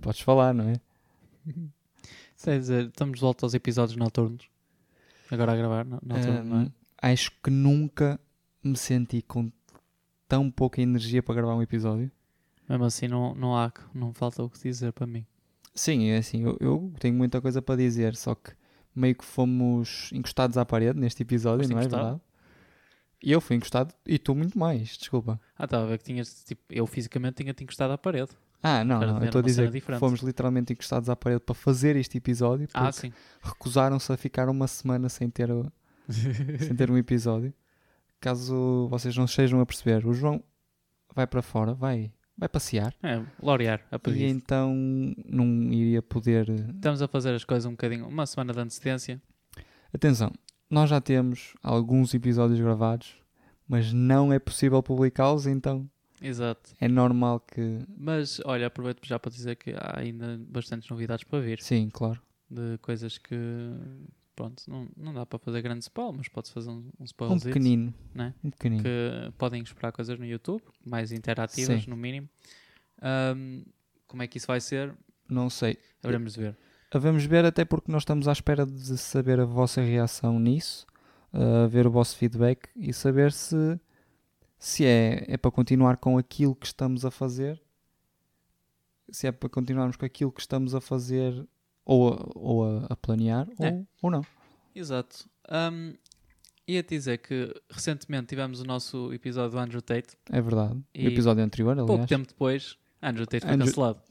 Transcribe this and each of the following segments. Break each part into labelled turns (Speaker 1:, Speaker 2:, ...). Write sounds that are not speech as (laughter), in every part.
Speaker 1: Podes falar, não é?
Speaker 2: Sei é dizer, estamos de volta aos episódios noturnos. Agora a gravar, no- noturno,
Speaker 1: Hum,
Speaker 2: não é?
Speaker 1: Acho que nunca me senti com tão pouca energia para gravar um episódio.
Speaker 2: Mesmo assim, não, não há, que- não falta o que dizer para mim.
Speaker 1: Sim, é assim, eu, eu tenho muita coisa para dizer, só que meio que fomos encostados à parede neste episódio,
Speaker 2: Foste
Speaker 1: não é
Speaker 2: encostado?
Speaker 1: verdade? E eu fui encostado e tu muito mais, desculpa.
Speaker 2: Ah, estava a ver que tinhas, tipo, eu fisicamente tinha-te encostado à parede.
Speaker 1: Ah, não,
Speaker 2: Era-
Speaker 1: não, eu
Speaker 2: era
Speaker 1: estou a
Speaker 2: uma cena
Speaker 1: dizer que
Speaker 2: diferente.
Speaker 1: fomos literalmente encostados à parede para fazer este episódio, porque
Speaker 2: Ah, sim.
Speaker 1: recusaram-se a ficar uma semana sem ter, sem
Speaker 2: (laughs)
Speaker 1: ter um episódio. Caso vocês não estejam a perceber, o João vai para fora, vai, vai passear.
Speaker 2: É, laurear, a
Speaker 1: E
Speaker 2: pedido.
Speaker 1: então não iria poder.
Speaker 2: Estamos a fazer as coisas um bocadinho, uma semana de antecedência.
Speaker 1: Atenção, nós já temos alguns episódios gravados, mas não é possível publicá-los, então
Speaker 2: Exato.
Speaker 1: é normal que.
Speaker 2: Mas, olha, aproveito já para dizer que há ainda bastantes novidades para vir.
Speaker 1: Sim, claro.
Speaker 2: De coisas que, pronto, não, não dá para fazer grande spoil, mas pode fazer um, um
Speaker 1: Um
Speaker 2: spoilzito.
Speaker 1: pequenino.
Speaker 2: né?
Speaker 1: Um pequenino.
Speaker 2: que podem esperar coisas no YouTube, mais interativas,
Speaker 1: Sim.
Speaker 2: no mínimo. Ahm, como é que isso vai ser?
Speaker 1: Não sei.
Speaker 2: Haveremos de ver.
Speaker 1: Vamos ver, até porque nós estamos à espera de saber a vossa reação nisso, uh, ver o vosso feedback e saber se, se é, é para continuar com aquilo que estamos a fazer, se é para continuarmos com aquilo que estamos a fazer ou a, ou a, a planear
Speaker 2: É.
Speaker 1: ou, ou não.
Speaker 2: Exato. Ahm, ia te dizer que recentemente tivemos o nosso episódio do Andrew Tate.
Speaker 1: É verdade.
Speaker 2: E
Speaker 1: o episódio anterior,
Speaker 2: Pouco
Speaker 1: aliás.
Speaker 2: tempo depois, Andrew Tate foi
Speaker 1: Andrew-
Speaker 2: cancelado.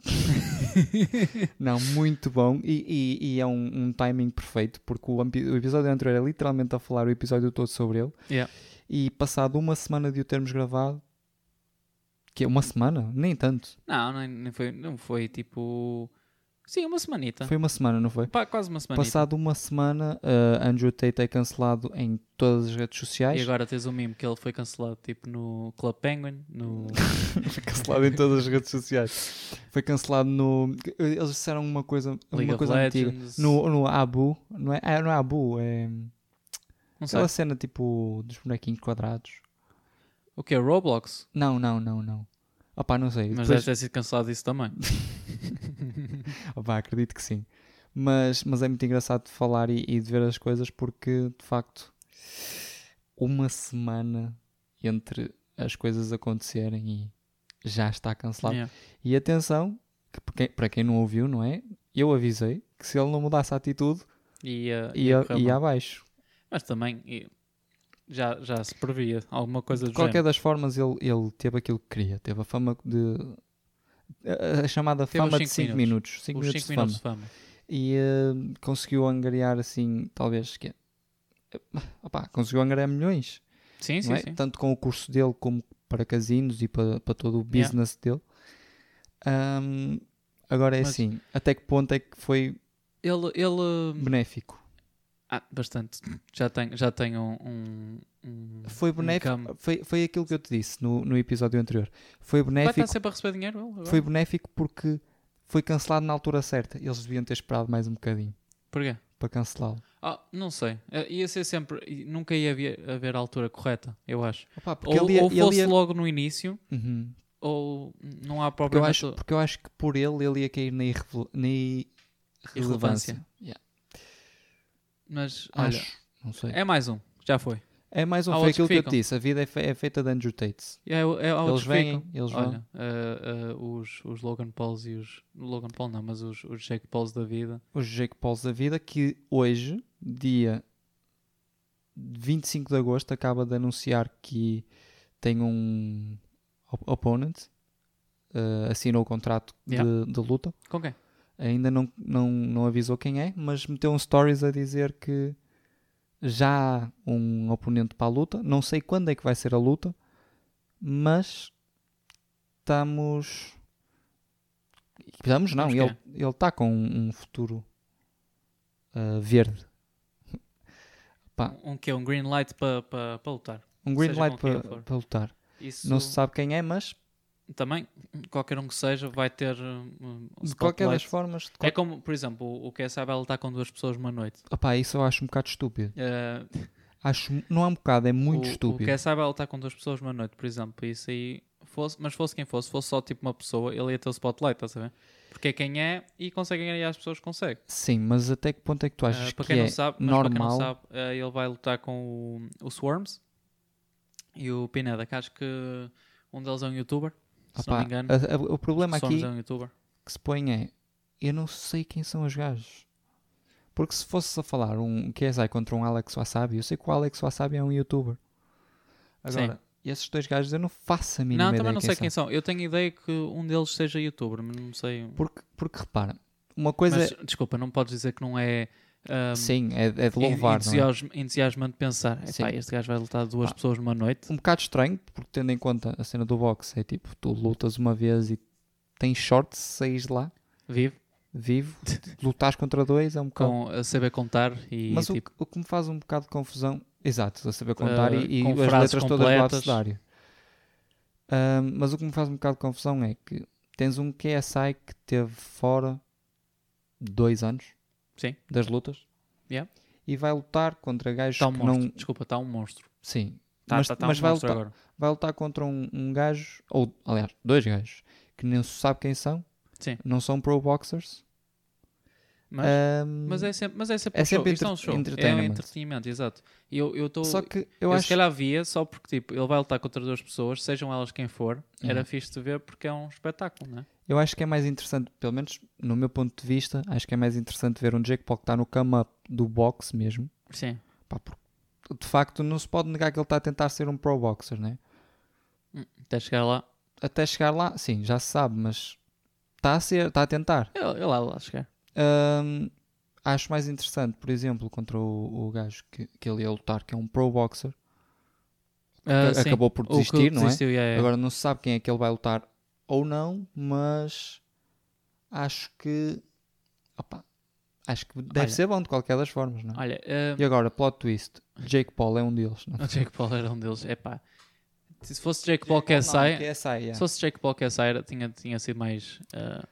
Speaker 1: Não, muito bom. E, e- e é um, um timing perfeito, porque o, ampi- o episódio anterior era literalmente a falar o episódio todo sobre ele.
Speaker 2: Yeah.
Speaker 1: E passado uma semana de o termos gravado, que é uma semana? Nem tanto.
Speaker 2: Não, nem, nem foi, não foi tipo. Sim, uma semanita.
Speaker 1: Foi uma semana, não foi?
Speaker 2: Pá, quase uma semanita.
Speaker 1: Passado uma semana, uh, Andrew Tate é cancelado em todas as redes
Speaker 2: E
Speaker 1: sociais.
Speaker 2: agora tens o mimo que ele foi cancelado tipo no Club Penguin, (laughs) no
Speaker 1: Foi (laughs) cancelado em todas as redes sociais. Foi cancelado no. Eles disseram uma coisa,
Speaker 2: League
Speaker 1: uma
Speaker 2: of
Speaker 1: coisa antiga.
Speaker 2: Legends.
Speaker 1: No, no Abu, não é? Ah, não é Abu, é.
Speaker 2: Não sei.
Speaker 1: Aquela cena tipo dos bonequinhos quadrados.
Speaker 2: O que é Roblox?
Speaker 1: Não, não, não, não. Opá, não sei.
Speaker 2: Mas
Speaker 1: Depois,
Speaker 2: deve ter sido cancelado isso (laughs) também.
Speaker 1: opá, acredito que sim. Mas, mas é muito engraçado de falar e, e de ver as coisas porque, de facto, uma semana entre as coisas acontecerem e já está cancelado.
Speaker 2: Yeah.
Speaker 1: E atenção, que para quem, para quem não ouviu, não é? Eu avisei que se ele não mudasse a atitude,
Speaker 2: E, uh,
Speaker 1: ia,
Speaker 2: correu
Speaker 1: ia
Speaker 2: mal.
Speaker 1: abaixo.
Speaker 2: Mas também e- já, já se previa alguma coisa
Speaker 1: De
Speaker 2: do
Speaker 1: qualquer
Speaker 2: género.
Speaker 1: das formas, ele, ele teve aquilo que queria. Teve a fama de... A, a chamada
Speaker 2: Teve os
Speaker 1: fama de
Speaker 2: cinco
Speaker 1: 5
Speaker 2: minutos.
Speaker 1: minutos. 5
Speaker 2: Os
Speaker 1: minutos
Speaker 2: 5
Speaker 1: de fama.
Speaker 2: minutos de fama.
Speaker 1: e eh, conseguiu angariar assim, talvez que eh, opá, conseguiu angariar milhões,
Speaker 2: Sim, sim,
Speaker 1: não é?
Speaker 2: sim.
Speaker 1: tanto com o curso dele como para casinos e para, para todo o
Speaker 2: Yeah.
Speaker 1: business dele. Ahm, agora é
Speaker 2: Mas-
Speaker 1: assim, até que ponto é que foi
Speaker 2: Ele, ele...
Speaker 1: benéfico?
Speaker 2: Ah, bastante. Já tem, já tem um... um, um
Speaker 1: Foi
Speaker 2: um
Speaker 1: benéfico,
Speaker 2: income.
Speaker 1: foi, foi aquilo que eu te disse no, no episódio anterior. Foi
Speaker 2: Vai estar
Speaker 1: benéfico,
Speaker 2: sempre a receber dinheiro ele agora?
Speaker 1: foi benéfico porque foi cancelado na altura certa. Eles deviam ter esperado mais um bocadinho
Speaker 2: Porquê?
Speaker 1: para cancelá-lo.
Speaker 2: Ah, não sei. Eh, Ia ser sempre... e Nunca ia haver, haver a altura correta, eu acho.
Speaker 1: Opá, porque
Speaker 2: Ou,
Speaker 1: ele ia-
Speaker 2: ou
Speaker 1: ele
Speaker 2: fosse
Speaker 1: ia-
Speaker 2: logo no início,
Speaker 1: é Uhum.
Speaker 2: ou não há
Speaker 1: Porque eu,
Speaker 2: problema...
Speaker 1: acho, porque eu acho que por ele ele ia cair na, irrevel- na i-
Speaker 2: Irrelevância.
Speaker 1: relevância. Yeah.
Speaker 2: Mas, olha,
Speaker 1: Acho. Não sei. É,
Speaker 2: é mais um. Já foi.
Speaker 1: mais um.
Speaker 2: há
Speaker 1: Foi
Speaker 2: outros
Speaker 1: aquilo
Speaker 2: que
Speaker 1: que eu te
Speaker 2: ficam.
Speaker 1: disse. A vida é, fe- é feita de Andrew Tate.
Speaker 2: É, é, é, há
Speaker 1: Eles
Speaker 2: outros que
Speaker 1: vêm,
Speaker 2: ficam.
Speaker 1: eles vão.
Speaker 2: Olha, ah, ah, os, os Logan Pauls e os. Logan Paul não, mas os, os Jake Pauls da vida.
Speaker 1: Os Jake Pauls da vida que hoje, dia 25 de agosto, acaba de anunciar que tem um op- opponent. eh, assinou o contrato
Speaker 2: Yeah.
Speaker 1: de, de luta.
Speaker 2: Com quem?
Speaker 1: Ainda não, não, não avisou quem é, mas meteu um stories a dizer que já há um oponente para a luta. Não sei quando é que vai ser a luta, mas estamos. Estamos, não.
Speaker 2: Estamos
Speaker 1: Ele ele está com um um futuro ah, verde. Ah.
Speaker 2: Um, um que é um green light para pa, pa lutar.
Speaker 1: Um green
Speaker 2: Seja
Speaker 1: light
Speaker 2: com quem
Speaker 1: para
Speaker 2: for.
Speaker 1: para lutar.
Speaker 2: Isso
Speaker 1: Não se sabe quem é, mas
Speaker 2: também, qualquer um que seja, vai ter. hum, Um,
Speaker 1: de
Speaker 2: spotlight.
Speaker 1: qualquer das formas. de
Speaker 2: É
Speaker 1: qual-
Speaker 2: como, por exemplo, o, o QSA vai lutar Tá com duas pessoas uma noite.
Speaker 1: Opá, isso eu acho um bocado estúpido.
Speaker 2: Ah,
Speaker 1: Acho, não é um bocado, é muito
Speaker 2: o,
Speaker 1: estúpido.
Speaker 2: Tá O QSA vai lutar com duas pessoas uma noite, por exemplo. Isso aí fosse, mas fosse quem fosse, fosse só tipo uma pessoa, ele ia ter o spotlight, estás a ver? Porque é quem é e consegue ganhar e as pessoas conseguem.
Speaker 1: Sim, mas até que ponto é que tu achas
Speaker 2: Ah, para
Speaker 1: que
Speaker 2: quem
Speaker 1: é
Speaker 2: não sabe, mas para quem não
Speaker 1: normal?
Speaker 2: sabe, ah, ele vai lutar com o, o Swarms e o Pineda, que acho que um deles é um youtuber, se não
Speaker 1: Opá,
Speaker 2: me engano.
Speaker 1: a- a- o problema
Speaker 2: Swarms
Speaker 1: aqui
Speaker 2: é um youtuber.
Speaker 1: que se põe é eu não sei quem são os gajos. Porque se fosse a falar um KSI contra um Alex Wasabi, eu sei que o Alex Wasabi é um youtuber. Agora, esses dois gajos eu não faço a mínima
Speaker 2: Não,
Speaker 1: ideia
Speaker 2: também não sei
Speaker 1: quem
Speaker 2: quem são. Eu tenho ideia que um deles seja youtuber, mas não sei.
Speaker 1: Porque, porque repara, uma coisa
Speaker 2: mas,
Speaker 1: é.
Speaker 2: Desculpa, não podes dizer que não é. ah,
Speaker 1: Sim, é, é de
Speaker 2: en-
Speaker 1: louvar. não é?
Speaker 2: entusiasm- entusiasmante pensar,
Speaker 1: Sim.
Speaker 2: "Epá, este gajo vai lutar duas
Speaker 1: Pá.
Speaker 2: pessoas numa noite.
Speaker 1: um bocado estranho, porque tendo em conta a cena do boxe, é tipo, tu lutas uma vez e tens sorte, saís de lá,
Speaker 2: Vive
Speaker 1: vivo, lutas contra dois, é um bocado.
Speaker 2: com a saber contar e
Speaker 1: Mas o
Speaker 2: tipo,
Speaker 1: que- o, que me faz um bocado de confusão, exato, a saber contar
Speaker 2: Eh,
Speaker 1: e, e
Speaker 2: com
Speaker 1: as
Speaker 2: frases
Speaker 1: letras todas do
Speaker 2: completas.
Speaker 1: abecedário. Ahm, mas o que me faz um bocado de confusão é que tens um KSI que teve fora dois anos
Speaker 2: Sim.
Speaker 1: das lutas
Speaker 2: Yeah.
Speaker 1: e vai lutar contra gajos
Speaker 2: está um
Speaker 1: que
Speaker 2: monstro.
Speaker 1: não.
Speaker 2: Desculpa, está um monstro.
Speaker 1: Sim,
Speaker 2: Tá,
Speaker 1: mas,
Speaker 2: tá- tá
Speaker 1: mas
Speaker 2: um
Speaker 1: vai,
Speaker 2: monstro
Speaker 1: lutar,
Speaker 2: agora.
Speaker 1: vai lutar contra um, um gajo, ou aliás, dois gajos, que nem se sabe quem são,
Speaker 2: Sim.
Speaker 1: não são pro boxers.
Speaker 2: Mas,
Speaker 1: Ahm,
Speaker 2: mas é sempre, mas é sempre
Speaker 1: é
Speaker 2: um show.
Speaker 1: sempre
Speaker 2: Isto é um
Speaker 1: entre-
Speaker 2: show. É um
Speaker 1: entertainment.
Speaker 2: entretenimento, exato. E eu eu estou.
Speaker 1: Só
Speaker 2: Eu,
Speaker 1: que eu acho
Speaker 2: se calhar via só porque tipo, ele vai lutar contra duas pessoas, sejam elas quem for. Era
Speaker 1: Uhum.
Speaker 2: fixe de ver porque é um espetáculo, não é?
Speaker 1: Eu acho que é mais interessante, pelo menos no meu ponto de vista, acho que é mais interessante ver um Jake Paul que está no come-up do boxe mesmo.
Speaker 2: Sim.
Speaker 1: Pá, porque, de facto, não se pode negar que ele está a tentar ser um pro boxer, né?
Speaker 2: Até chegar lá.
Speaker 1: Até chegar lá, sim, já se sabe, mas está a ser, está a tentar.
Speaker 2: Ele ele lá, lá chegar.
Speaker 1: Ahm, acho mais interessante, por exemplo, contra o, o gajo que, que ele ia lutar, que é um pro boxer,
Speaker 2: Ah,
Speaker 1: que
Speaker 2: sim.
Speaker 1: acabou por
Speaker 2: O que
Speaker 1: desistir, não é?
Speaker 2: desistiu, yeah, yeah.
Speaker 1: Agora não se sabe quem é que ele vai lutar ou não, mas acho que opá, acho que deve
Speaker 2: Olha.
Speaker 1: ser bom de qualquer das formas, não é?
Speaker 2: Olha, ah,
Speaker 1: E agora, plot twist, Jake Paul é um deles, não é?
Speaker 2: O (laughs) Jake Paul era um deles. Epá. Se fosse Jake Paul que
Speaker 1: Não,
Speaker 2: é sai,
Speaker 1: KSI, yeah.
Speaker 2: se fosse Jake Paul que é sai, era- tinha, tinha sido mais. ah,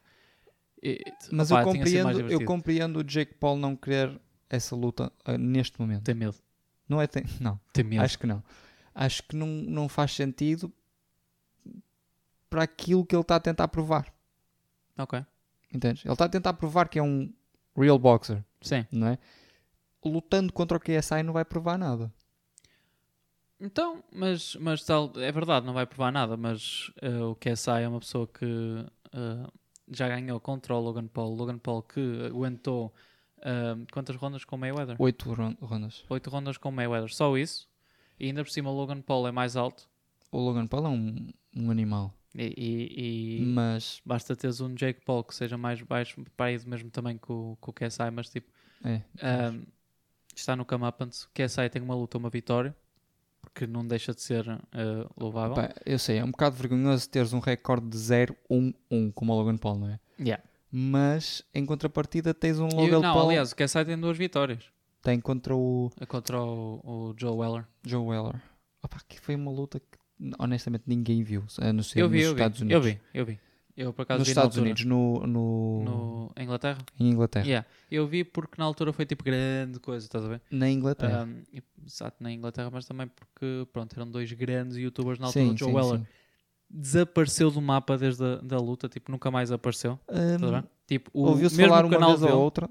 Speaker 2: e-
Speaker 1: Mas
Speaker 2: opá,
Speaker 1: eu
Speaker 2: tinha sido mais
Speaker 1: compreendo, eu
Speaker 2: divertido.
Speaker 1: compreendo o Jake Paul não querer essa luta ah, neste momento.
Speaker 2: Tem medo.
Speaker 1: Não é tem- não,
Speaker 2: Tem medo.
Speaker 1: acho que não. Acho que não, não faz sentido para aquilo que ele está a tentar provar,
Speaker 2: Ok.
Speaker 1: entendes? Ele está a tentar provar que é um real boxer.
Speaker 2: Sim.
Speaker 1: não é? Lutando contra o KSI não vai provar nada.
Speaker 2: Então, mas, mas tal, é verdade, não vai provar nada, mas ah, o KSI é uma pessoa que ah, já ganhou contra o Logan Paul. Logan Paul que aguentou ah, quantas rondas com o Mayweather?
Speaker 1: Oito ron- rondas.
Speaker 2: Oito rondas com o Mayweather, só isso. E ainda por cima o Logan Paul é mais alto.
Speaker 1: O Logan Paul é um, um animal,
Speaker 2: E, e- e-
Speaker 1: mas
Speaker 2: Basta teres um Jake Paul que seja mais baixo, para aí do mesmo tamanho que o, que o KSI, mas tipo,
Speaker 1: é.
Speaker 2: ahm, está no come up antes. O KSI tem uma luta, uma vitória, porque não deixa de ser ah, louvável.
Speaker 1: Pá, eu sei, é um bocado vergonhoso teres um recorde de 0-1-1 como o Logan Paul, não é?
Speaker 2: Yeah.
Speaker 1: Mas em contrapartida tens um
Speaker 2: E,
Speaker 1: Logan
Speaker 2: o- não,
Speaker 1: Paul
Speaker 2: aliás, o é KSI tem duas vitórias
Speaker 1: tem contra o
Speaker 2: ah, contra o, o Joe Weller.
Speaker 1: Joe Weller. Opa, que foi uma luta que honestamente ninguém viu, a não ser
Speaker 2: eu vi,
Speaker 1: nos
Speaker 2: eu vi,
Speaker 1: Estados Unidos.
Speaker 2: eu vi, eu vi. Eu por acaso
Speaker 1: Nos
Speaker 2: vi na
Speaker 1: Estados
Speaker 2: altura,
Speaker 1: Unidos, É. no, no-
Speaker 2: no em Inglaterra.
Speaker 1: em Inglaterra.
Speaker 2: Yeah. Eu vi porque na altura foi tipo grande coisa, estás a ver?
Speaker 1: Na Inglaterra.
Speaker 2: Ahm, e- exato, na Inglaterra, mas também porque pronto, eram dois grandes youtubers na altura. o Joe Weller
Speaker 1: sim.
Speaker 2: desapareceu do mapa desde a da luta, tipo, nunca mais apareceu.
Speaker 1: Ahm,
Speaker 2: Tá bem? tipo, o
Speaker 1: Um, Hum. Ouviu-se
Speaker 2: mesmo
Speaker 1: falar uma
Speaker 2: canal
Speaker 1: vez
Speaker 2: dele,
Speaker 1: ou outra,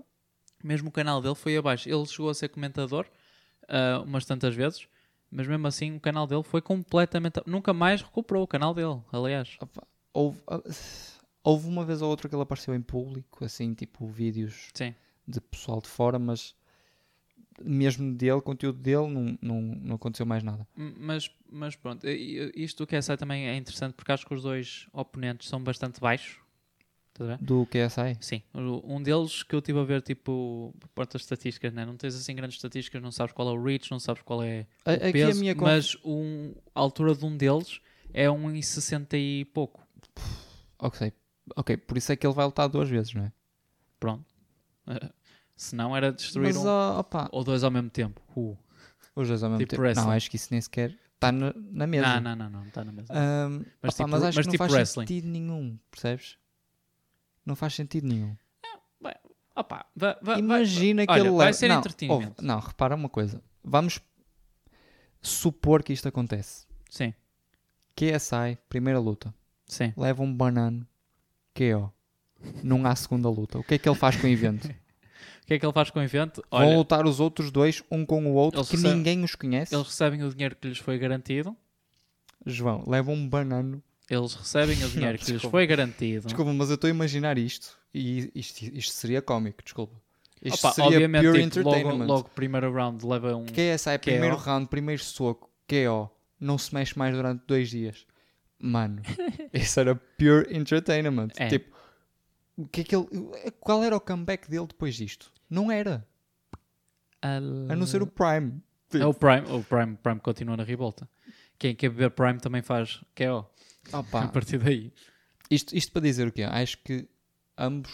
Speaker 2: mesmo o canal dele foi abaixo. Ele chegou a ser comentador ah, umas tantas vezes, mas mesmo assim o canal dele foi completamente. Nunca mais recuperou o canal dele, aliás.
Speaker 1: Opa, Houve, ah, houve uma vez ou outra que ele apareceu em público, assim, tipo vídeos
Speaker 2: Sim.
Speaker 1: de pessoal de fora, mas mesmo dele, conteúdo dele, não, não, não aconteceu mais nada.
Speaker 2: M- Mas, mas pronto, e- e- isto do QSI também é interessante porque acho que os dois oponentes são bastante baixos. Estás a ver?
Speaker 1: Do KSI?
Speaker 2: Sim, o- um deles que eu estive a ver, tipo, portas estatísticas, né? não tens assim grandes estatísticas, não sabes qual é o reach, não sabes qual é
Speaker 1: A-
Speaker 2: o
Speaker 1: aqui
Speaker 2: peso,
Speaker 1: a minha conf...
Speaker 2: mas um, a altura de um deles é um em 60 e pouco.
Speaker 1: ok, ok, por isso é que ele vai lutar duas vezes, não é?
Speaker 2: Pronto. (laughs) Se não era destruir
Speaker 1: mas,
Speaker 2: um
Speaker 1: ó, opa,
Speaker 2: ou dois ao mesmo tempo. Uh.
Speaker 1: os dois ao mesmo
Speaker 2: Tipo
Speaker 1: tempo.
Speaker 2: wrestling.
Speaker 1: Não, acho que isso nem sequer está na, na mesa.
Speaker 2: Não, não, não, não, está na mesa.
Speaker 1: Ahm, opa,
Speaker 2: Mas
Speaker 1: mas,
Speaker 2: tipo-
Speaker 1: acho
Speaker 2: mas
Speaker 1: que
Speaker 2: tipo
Speaker 1: não faz
Speaker 2: wrestling.
Speaker 1: sentido nenhum, percebes? Não faz sentido nenhum.
Speaker 2: Opa, va- va- va-
Speaker 1: Imagina que
Speaker 2: olha,
Speaker 1: ele
Speaker 2: vai
Speaker 1: leva-
Speaker 2: ser
Speaker 1: não,
Speaker 2: entretenimento.
Speaker 1: ouve, não, repara uma coisa. Vamos supor que isto acontece.
Speaker 2: Sim,
Speaker 1: KSI, primeira luta.
Speaker 2: Sim.
Speaker 1: Leva um banano. KO. Não há segunda luta. O que é que ele faz com o evento?
Speaker 2: O que é que ele faz com o evento?
Speaker 1: Vão
Speaker 2: (laughs) Olha,
Speaker 1: lutar os outros dois, um com o outro,
Speaker 2: Eles
Speaker 1: que
Speaker 2: recebem-
Speaker 1: ninguém os conhece.
Speaker 2: eles recebem o dinheiro que lhes foi garantido.
Speaker 1: João, leva um banano.
Speaker 2: Eles
Speaker 1: (laughs)
Speaker 2: recebem o dinheiro que lhes
Speaker 1: desculpa.
Speaker 2: foi garantido.
Speaker 1: Desculpa, mas eu estou a imaginar isto. E isto, isto seria cómico, desculpa. Isto
Speaker 2: Opa,
Speaker 1: seria
Speaker 2: obviamente,
Speaker 1: pure
Speaker 2: tipo, logo,
Speaker 1: entertainment. é
Speaker 2: logo primeiro round leva um.
Speaker 1: KSI, primeiro round, primeiro soco, KO. Não se mexe mais durante dois dias.
Speaker 2: (laughs)
Speaker 1: Mano, isso era pure entertainment.
Speaker 2: É.
Speaker 1: Tipo, o que é que ele, qual era o comeback dele depois disto? Não era. A não ser o Prime.
Speaker 2: É o Prime, o Prime, Prime continua na revolta. Quem quer beber Prime também faz KO (laughs) a
Speaker 1: Opa,
Speaker 2: partir daí.
Speaker 1: isto, isto para dizer o quê? Acho que ambos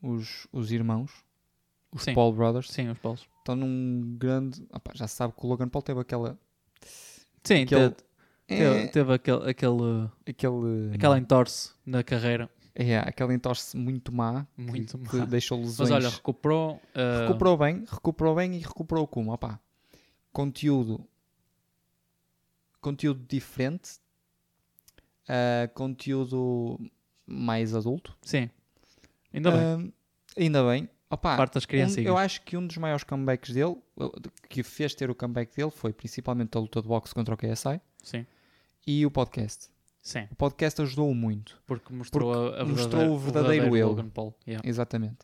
Speaker 1: os, os irmãos, os
Speaker 2: Sim.
Speaker 1: Paul Brothers,
Speaker 2: Sim, os bolos.
Speaker 1: estão num grande. Opa, já se sabe que o Logan Paul teve aquela.
Speaker 2: Sim, então,
Speaker 1: Aquele-
Speaker 2: te-
Speaker 1: É,
Speaker 2: te- teve aquele, aquele,
Speaker 1: aquele,
Speaker 2: aquela entorse na carreira.
Speaker 1: é, aquela entorse muito má. que-
Speaker 2: Muito
Speaker 1: que
Speaker 2: (laughs) má.
Speaker 1: deixou lesões.
Speaker 2: Mas olha, recuperou. ah,
Speaker 1: recuperou bem, recuperou bem e recuperou como? Opa, conteúdo. Conteúdo diferente. ah, conteúdo mais adulto.
Speaker 2: Sim. Ainda bem.
Speaker 1: Ah, ainda bem. Opa,
Speaker 2: parte das crianças.
Speaker 1: Um- eu acho que um dos maiores comebacks dele, que fez ter o comeback dele, foi principalmente a luta de boxe contra o KSI
Speaker 2: Sim.
Speaker 1: e o podcast.
Speaker 2: Sim.
Speaker 1: O podcast ajudou muito.
Speaker 2: Porque mostrou, a- a,
Speaker 1: mostrou
Speaker 2: verdadeira-
Speaker 1: o verdadeiro eu.
Speaker 2: Logan Paul. Yeah.
Speaker 1: Exatamente.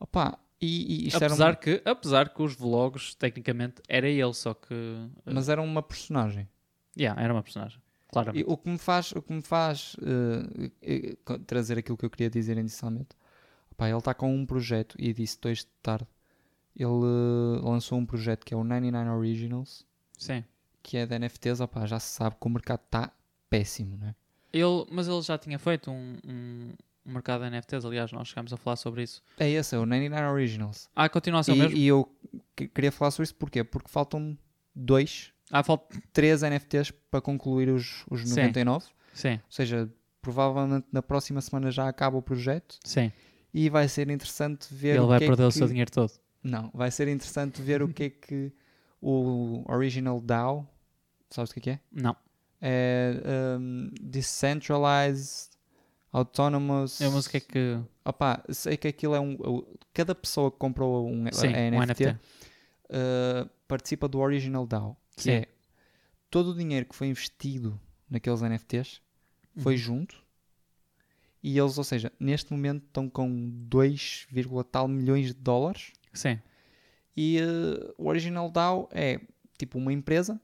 Speaker 1: Opa, e, e isto
Speaker 2: Apesar,
Speaker 1: era um
Speaker 2: que, apesar que os vlogs, tecnicamente, era ele, só que.
Speaker 1: um, mas era uma personagem.
Speaker 2: yeah, era uma personagem. Claramente.
Speaker 1: E o que me faz, o que me faz eh, eh, co- trazer aquilo que eu queria dizer inicialmente. Opa, ele está com um projeto e disse dois de tarde. Ele eh, lançou um projeto que é o 99 Originals,
Speaker 2: Sim.
Speaker 1: que é de NFTs. Opa, já se sabe que o mercado está péssimo, né?
Speaker 2: Ele, mas ele já tinha feito um, um, um mercado de NFTs, aliás, nós chegámos a falar sobre isso.
Speaker 1: É esse, é o 99 Originals.
Speaker 2: Ah, continuação mesmo?
Speaker 1: E, e eu que- queria falar sobre isso porquê? Porque faltam dois,
Speaker 2: Ah, falta.
Speaker 1: três NFTs para concluir os, os
Speaker 2: Sim.
Speaker 1: 99.
Speaker 2: Sim,
Speaker 1: Ou seja, provavelmente na próxima semana já acaba o projeto
Speaker 2: sim.
Speaker 1: e vai ser interessante ver
Speaker 2: ele
Speaker 1: o
Speaker 2: vai
Speaker 1: que é
Speaker 2: perder o
Speaker 1: que-
Speaker 2: seu dinheiro todo.
Speaker 1: Não, vai ser interessante ver o que é
Speaker 2: (laughs)
Speaker 1: que o Original DAO, sabes o que é que é?
Speaker 2: Não.
Speaker 1: É um, Decentralized Autonomous.
Speaker 2: Eu, mas o que é que.
Speaker 1: Opa, sei que aquilo é um. o- Cada pessoa que comprou um,
Speaker 2: Sim,
Speaker 1: a
Speaker 2: um NFT.
Speaker 1: NFT, uh, participa do Original DAO. Que
Speaker 2: Sim.
Speaker 1: é todo o dinheiro que foi investido naqueles NFTs foi
Speaker 2: Uhum.
Speaker 1: junto. E eles, ou seja, neste momento estão com 2, tal milhões de dólares.
Speaker 2: Sim,
Speaker 1: E eh, o Original DAO é tipo uma empresa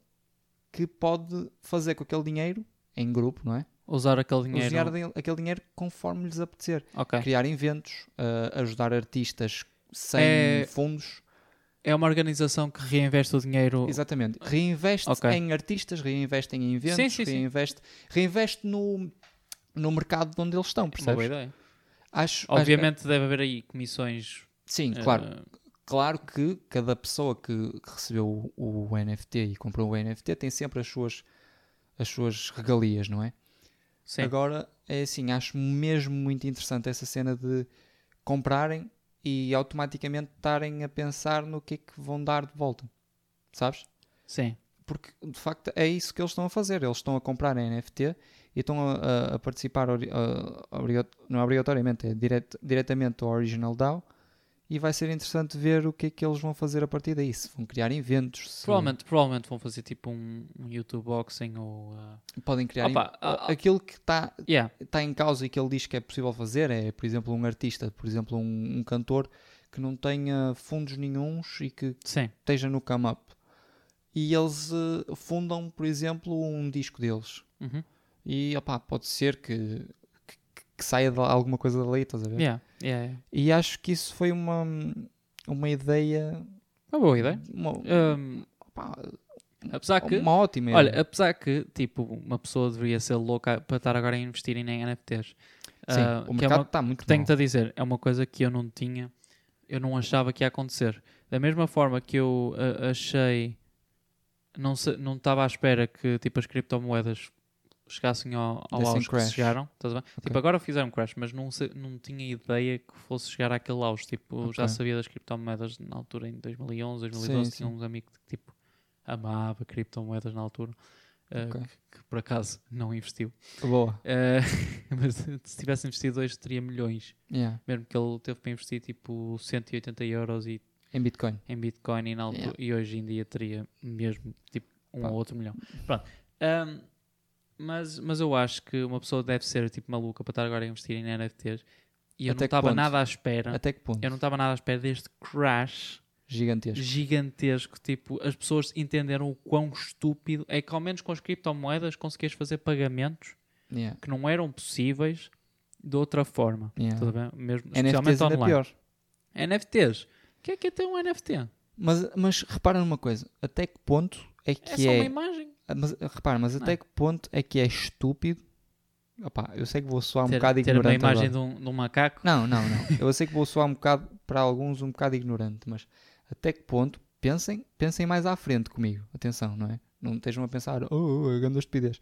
Speaker 1: que pode fazer com aquele dinheiro, em grupo, não é?
Speaker 2: usar aquele dinheiro. É.
Speaker 1: Usar de- aquele dinheiro conforme lhes apetecer.
Speaker 2: Ok.
Speaker 1: Criar eventos, eh, ajudar artistas sem
Speaker 2: É-
Speaker 1: fundos.
Speaker 2: É uma organização que reinveste o dinheiro.
Speaker 1: Exatamente. Reinveste
Speaker 2: Tipo, ah, Ok.
Speaker 1: em artistas, reinveste em eventos,
Speaker 2: Sim, sim, sim.
Speaker 1: reinveste, reinveste no, no mercado de onde eles estão,
Speaker 2: É Uma boa
Speaker 1: percebes?
Speaker 2: ideia.
Speaker 1: Acho,
Speaker 2: Obviamente deve haver aí comissões.
Speaker 1: acho- sim,
Speaker 2: eh,
Speaker 1: claro. Claro que cada pessoa que que recebeu o, o NFT e comprou o NFT tem sempre as suas, as suas regalias, não é?
Speaker 2: sim.
Speaker 1: Agora é assim, acho mesmo muito interessante essa cena de comprarem e automaticamente estarem a pensar no que é que vão dar de volta, sabes?
Speaker 2: Sim.
Speaker 1: Porque de facto é isso que eles estão a fazer. Eles estão a comprar a NFT e estão a, a- a participar, ori- a- obrigat- não obrigatoriamente, é diret, diretamente ao Original DAO. E vai ser interessante ver o que é que eles vão fazer a partir daí. Se vão criar eventos, se
Speaker 2: Provavelmente, provavelmente vão fazer tipo um, um YouTube Boxing ou. ah,
Speaker 1: podem criar.
Speaker 2: Opa,
Speaker 1: em-
Speaker 2: ah, ah.
Speaker 1: Aquilo que está
Speaker 2: Yeah,
Speaker 1: está em causa e que ele diz que é possível fazer é, por exemplo, um artista, por exemplo, um, um cantor que não tenha fundos nenhuns e que
Speaker 2: sim.
Speaker 1: esteja no come up. E eles eh, fundam, por exemplo, um disco deles.
Speaker 2: Uhum.
Speaker 1: E opá, pode ser que, que, que saia de lá alguma coisa dali, estás a ver?
Speaker 2: Yeah, yeah, yeah.
Speaker 1: E acho que isso foi uma, uma ideia.
Speaker 2: É Uma boa ideia.
Speaker 1: Uma,
Speaker 2: Ahm,
Speaker 1: opá,
Speaker 2: apesar Ah, que.
Speaker 1: uma ótima ideia.
Speaker 2: Olha, apesar que, tipo, uma pessoa deveria ser louca para estar agora a investir em NFTs.
Speaker 1: Sim,
Speaker 2: Ah,
Speaker 1: o
Speaker 2: que é
Speaker 1: mercado
Speaker 2: uma,
Speaker 1: está muito mal.
Speaker 2: Tenho-te a dizer, é uma coisa que eu não tinha, eu não achava que ia acontecer. Da mesma forma que eu ah, achei, não se- não estava à espera que, tipo, as criptomoedas chegassem ao, ao
Speaker 1: Dessem
Speaker 2: auge que
Speaker 1: crash.
Speaker 2: se chegaram. estás a ver? Tipo, agora fizeram crash, mas não, se- não tinha ideia que fosse chegar àquele auge. Tipo, já
Speaker 1: Ok.
Speaker 2: sabia das criptomoedas na altura, em 2011,
Speaker 1: Sim,
Speaker 2: 2012, tinha
Speaker 1: sim.
Speaker 2: uns amigos que, tipo, amava criptomoedas na altura. eh,
Speaker 1: Ok.
Speaker 2: que, que por acaso não investiu.
Speaker 1: Boa.
Speaker 2: Eh, (laughs) mas se tivesse investido hoje, teria milhões.
Speaker 1: Yeah.
Speaker 2: Mesmo que ele teve para investir tipo 180 euros e,
Speaker 1: Em Bitcoin.
Speaker 2: em Bitcoin e, na altura-
Speaker 1: Yeah.
Speaker 2: e hoje em dia teria mesmo tipo um
Speaker 1: Pá.
Speaker 2: ou outro milhão. Pronto. Ahm, mas, mas eu acho que uma pessoa deve ser tipo maluca para estar agora a investir em NFTs. E eu
Speaker 1: Até que
Speaker 2: não estava
Speaker 1: ponto?
Speaker 2: nada à espera.
Speaker 1: Até que ponto?
Speaker 2: Eu não estava nada à espera deste crash
Speaker 1: Gigantesco.
Speaker 2: gigantesco. Tipo, as pessoas entenderam o quão estúpido é que, ao menos com as criptomoedas, conseguias fazer pagamentos
Speaker 1: Yeah.
Speaker 2: que não eram possíveis de outra forma.
Speaker 1: Yeah.
Speaker 2: Tudo bem? Mesmo,
Speaker 1: NFTs
Speaker 2: especialmente
Speaker 1: ainda é
Speaker 2: online.
Speaker 1: pior.
Speaker 2: NFTs. O que é que é ter um NFT?
Speaker 1: Mas, mas repara numa coisa. Até que ponto é
Speaker 2: É
Speaker 1: que
Speaker 2: só
Speaker 1: é...
Speaker 2: uma Ah. imagem.
Speaker 1: Mas, repara, mas até
Speaker 2: Não.
Speaker 1: que ponto é que é estúpido... Opá, eu sei que vou soar um
Speaker 2: ter,
Speaker 1: bocado
Speaker 2: ter uma
Speaker 1: ignorante
Speaker 2: imagem
Speaker 1: agora.
Speaker 2: de um, de um macaco.
Speaker 1: Não, não, não. Eu sei que vou soar um bocado, para alguns, um bocado ignorante, mas até que ponto, pensem, pensem mais à frente comigo. Atenção, não é? Não estejam a pensar, oh, oh, oh grande estupidez.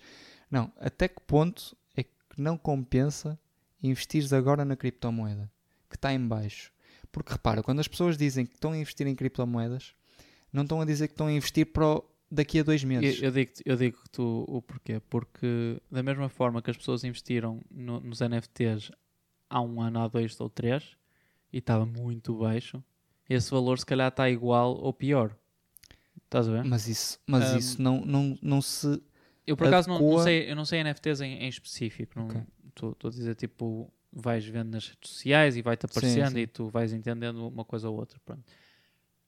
Speaker 1: Não, até que ponto é que não compensa investires agora na criptomoeda, que está em baixo. Porque repara, quando as pessoas dizem que estão a investir em criptomoedas, não estão a dizer que estão a investir para o- daqui a dois meses.
Speaker 2: Eu, eu digo, eu digo que tu o porquê. Porque da mesma forma que as pessoas investiram no- nos NFTs há um ano, há dois ou três, e estava muito baixo, esse valor se calhar está igual ou pior. Estás a ver?
Speaker 1: Mas isso, mas
Speaker 2: Ahm.
Speaker 1: isso não, não, não se...
Speaker 2: Eu por acaso não, não
Speaker 1: adequa-
Speaker 2: sei, eu não sei NFTs em, em específico.
Speaker 1: Ok.
Speaker 2: Estou a dizer tipo, vais vendo nas redes sociais e vai-te
Speaker 1: Sim,
Speaker 2: aparecendo
Speaker 1: sim.
Speaker 2: e tu vais entendendo uma coisa ou outra. Pronto.